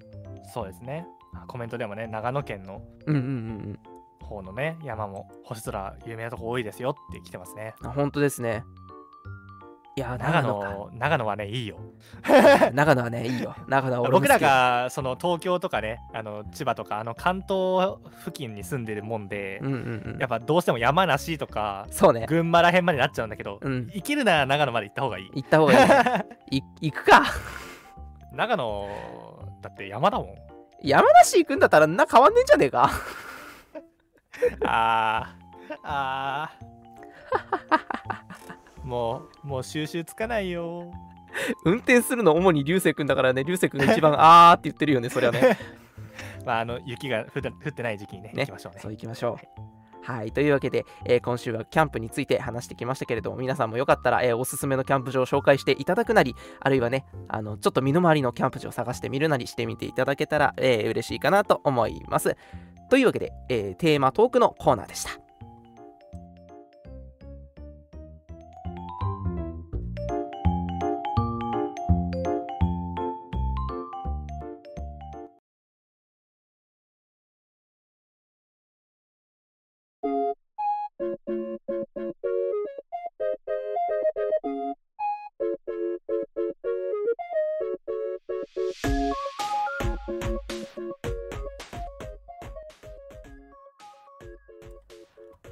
Speaker 2: そうですねあコメントでもね長野県の
Speaker 1: うんうんうんうん
Speaker 2: 方のね山も星空有名なとこ多いですよって来てますね
Speaker 1: あ本当ですね。いやー、
Speaker 2: 長
Speaker 1: 長野か。
Speaker 2: 野長野はねいいよ
Speaker 1: 長野はね、いいよ。長野は俺も好
Speaker 2: 僕
Speaker 1: き
Speaker 2: ら。がその東京とかねあの千葉とかあの関東付近に住んでるもんで、
Speaker 1: うんうんうん
Speaker 2: や。っぱどうしても山梨とか
Speaker 1: そうね。
Speaker 2: 群馬らへんまでなっちゃうんだけど、
Speaker 1: うん。
Speaker 2: 行けるなら長野まで行った方がいい
Speaker 1: 行った方がいいね。 い行くか。
Speaker 2: 長野だって山だもん
Speaker 1: 山梨行くんだったら、な、変わんねえんじゃねえか。
Speaker 2: あーあーもうもう収集つかないよ
Speaker 1: 運転するの主に流星くんだからね、流星くんが一 番あーって言ってるよね、そりゃね。
Speaker 2: まあ、あの雪が降って降ってない時期にね
Speaker 1: ね
Speaker 2: 行きましょうね
Speaker 1: そう行きましょう。はい、というわけで、えー今週はキャンプについて話してきましたけれども、皆さんもよかったら、えーおすすめのキャンプ場を紹介していただくなり、あるいはね、あのちょっと身の回りのキャンプ場を探してみるなりしてみていただけたら、えー嬉しいかなと思います。というわけで、えーテーマトークのコーナーでした。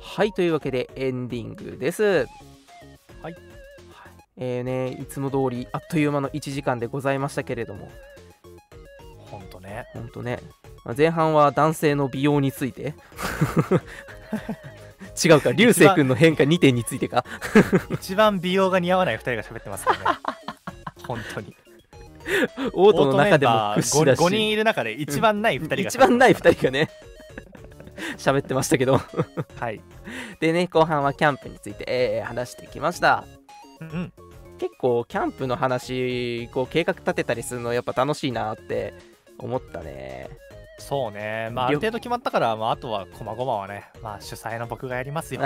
Speaker 1: はい、というわけでエンディングです。
Speaker 2: はい。
Speaker 1: えーね、いつも通りあっという間の1時間でございましたけれども、
Speaker 2: ほんとね
Speaker 1: ほんとね、まあ前半は男性の美容について。 違うか、流星君の変化2点についてか。
Speaker 2: 一番美容が似合わない2人が喋ってますからね 本当に
Speaker 1: オートの中で
Speaker 2: オ
Speaker 1: も
Speaker 2: ー
Speaker 1: 屈
Speaker 2: トメン
Speaker 1: 指だ
Speaker 2: バー
Speaker 1: し、
Speaker 2: ご 5, 人いる中で一番ない2人が喋ってます
Speaker 1: 一番ない2人がね、 喋ってましたけど。
Speaker 2: はい、
Speaker 1: でね、後半はキャンプについて、えー話してきました。
Speaker 2: うん、
Speaker 1: 結構キャンプの話こう計画立てたりするのやっぱ楽しいなって思ったね
Speaker 2: そうねまああ
Speaker 1: り
Speaker 2: る
Speaker 1: ょ
Speaker 2: 程度決まったから、まあ、あとは細々はねまあ主催の僕がやりますよ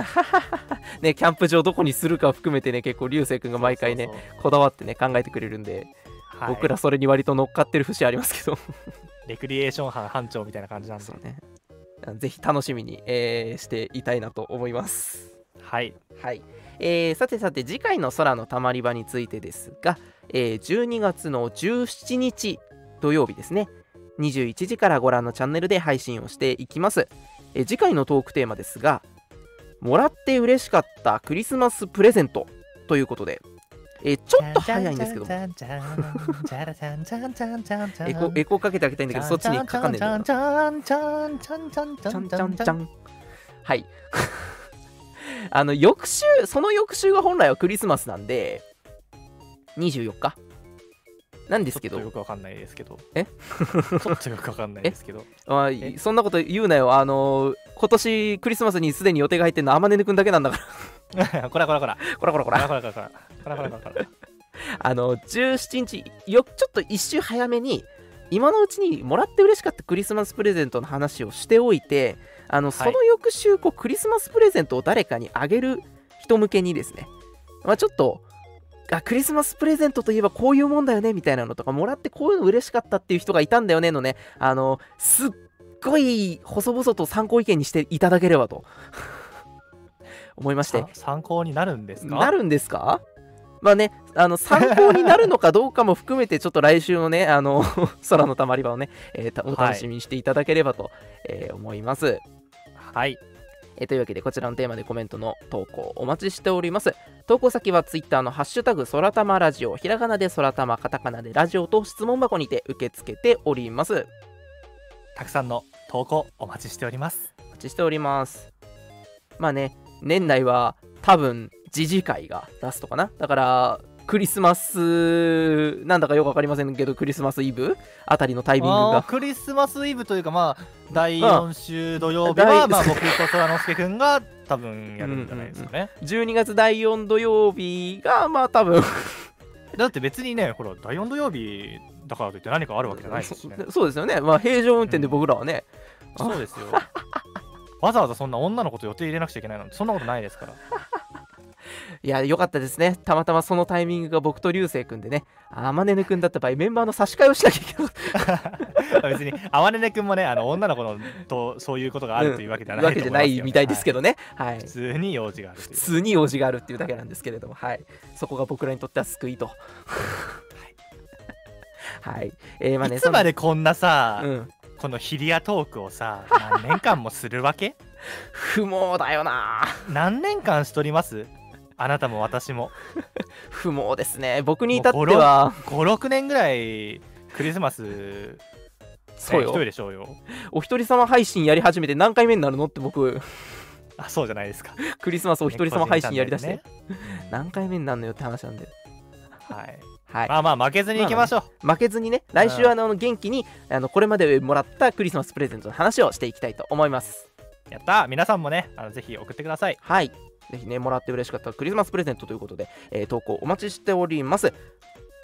Speaker 1: ねキャンプ場どこにするか含めてね結構流星君が毎回ね
Speaker 2: そうそう
Speaker 1: こだわってね考えてくれるんで、
Speaker 2: そうはい
Speaker 1: 僕らそれに割と乗っかってる節ありますけど
Speaker 2: レクリエーション班班長みたいな感じなんで
Speaker 1: そうねぜひ楽しみに、えーしていたいなと思います
Speaker 2: はい
Speaker 1: はい、えーさてさて次回の空のたまり場についてですが、えー12月の17日土曜日ですね21時からご覧のチャンネルで配信をしていきます、えー次回のトークテーマですがもらって嬉しかったクリスマスプレゼントということで、えーちょっと早いんですけどもエコエコかけてあげたいんだけどそっちにかかんねえんだよなちゃんちゃんちゃん。はい。 あの、翌週、その翌週が本来はクリスマスなんで、24日なんですけ
Speaker 2: ちょっとよ
Speaker 1: ど、
Speaker 2: くわかんないですけど
Speaker 1: え
Speaker 2: ちょっとよくわかんないですけど
Speaker 1: あ
Speaker 2: え
Speaker 1: そんなこと言うなよ。あの、今年クリスマスにすでに予定が入ってるのはあまねぬくんだけなんだか
Speaker 2: こらこらこら
Speaker 1: ら、こ らこらこ
Speaker 2: こら
Speaker 1: ら。
Speaker 2: こらこらこらこらこらこらこら
Speaker 1: あの、17日、よちょっと一週早めに、今のうちにもらって嬉しかったクリスマスプレゼントの話をしておいて、あのその翌週こう、クリスマスプレゼントを誰かにあげる人向けにですね、まあ、ちょっとあ、クリスマスプレゼントといえばこういうもんだよねみたいなのとか、もらってこういうの嬉しかったっていう人がいたんだよねのね、あのすっごい細々と参考意見にしていただければと 思いまして
Speaker 2: さ、参考になるんですか
Speaker 1: なるんですかまあね、あの参考になるのかどうかも含めて、ちょっと来週のね、あの 空のたまり場をね、えーたお楽しみにしていただければと、えー思います。
Speaker 2: はい
Speaker 1: えーというわけでこちらのテーマでコメントの投稿お待ちしております投稿先は Twitter の「ハッシュタグそらたまラジオ」ひらがなでそらたまカタカナでラジオと質問箱にて受け付けております
Speaker 2: たくさんの投稿お待ちしております
Speaker 1: お待ちしておりますまあね年内は多分自治会がラストかなだからクリスマスなんだかよくわかりませんけどクリスマスイブあたりのタイミング
Speaker 2: あー
Speaker 1: が
Speaker 2: クリスマスイブというかまあ第4週土曜日
Speaker 1: 第
Speaker 2: は、まあ、僕と虎之介くんが多分やるんじゃないですかね、
Speaker 1: 12月第4土曜日がまあ多分
Speaker 2: だって別にねほら第4土曜日だからといって何かあるわけじゃないですしね
Speaker 1: そうですよねまあ平常運転で僕らはね、そ
Speaker 2: そうですよわざわざそんな女の子と予定入れなくちゃいけないなんてそんなことないですから
Speaker 1: いや、良かったですね。たまたまそのタイミングが僕と流星くんでね、あまねぬくんだった場合、メンバーの差し替えをしなきゃいけなかっ
Speaker 2: 別にあわねね君もねあの女の子のとそういうことがあるというわけじゃ
Speaker 1: た
Speaker 2: ない
Speaker 1: わけじゃないみたいですけ
Speaker 2: ど、
Speaker 1: どね。はい。
Speaker 2: はい普通に用事があると
Speaker 1: 普
Speaker 2: いう
Speaker 1: 通に用事があるっていうだけなんですけれども、はい。そこが僕らにとっては救いと。 はい。えー、まあね、
Speaker 2: いつま
Speaker 1: で
Speaker 2: でこんなさ、
Speaker 1: うん。
Speaker 2: このヒリアトークをさ何年間もする わけ
Speaker 1: 不毛だよな
Speaker 2: 何年間しとりますあなたも私も
Speaker 1: 不毛ですね。僕に至っては、
Speaker 2: 56年ぐらいクリスマス
Speaker 1: そう
Speaker 2: 一人
Speaker 1: よ。
Speaker 2: でしょうよ
Speaker 1: お一人様配信やり始めて何回目になるのって 僕、
Speaker 2: あそうじゃないですか
Speaker 1: クリスマスお一人様配信やりだして、
Speaker 2: ね個人チャンネルね
Speaker 1: 何回目になるのよって話なんで。
Speaker 2: はい
Speaker 1: はい
Speaker 2: まあまあ負けずにいきましょう、
Speaker 1: 負けずにね来週はあの元気にあのこれまでもらったクリスマスプレゼントの話をしていきたいと思います
Speaker 2: やったー皆さんもねあのぜひ送ってください
Speaker 1: はいぜひねもらって嬉しかったクリスマスプレゼントということで、えー投稿お待ちしております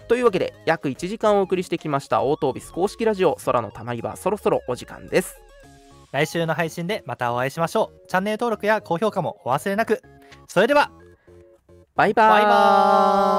Speaker 1: というわけで約1時間お送りしてきましたオートービス公式ラジオ空のたまり場そろそろお時間です
Speaker 2: 来週の配信でまたお会いしましょうチャンネル登録や高評価もお忘れなくそれでは
Speaker 1: バイバーイ
Speaker 2: バイバーイ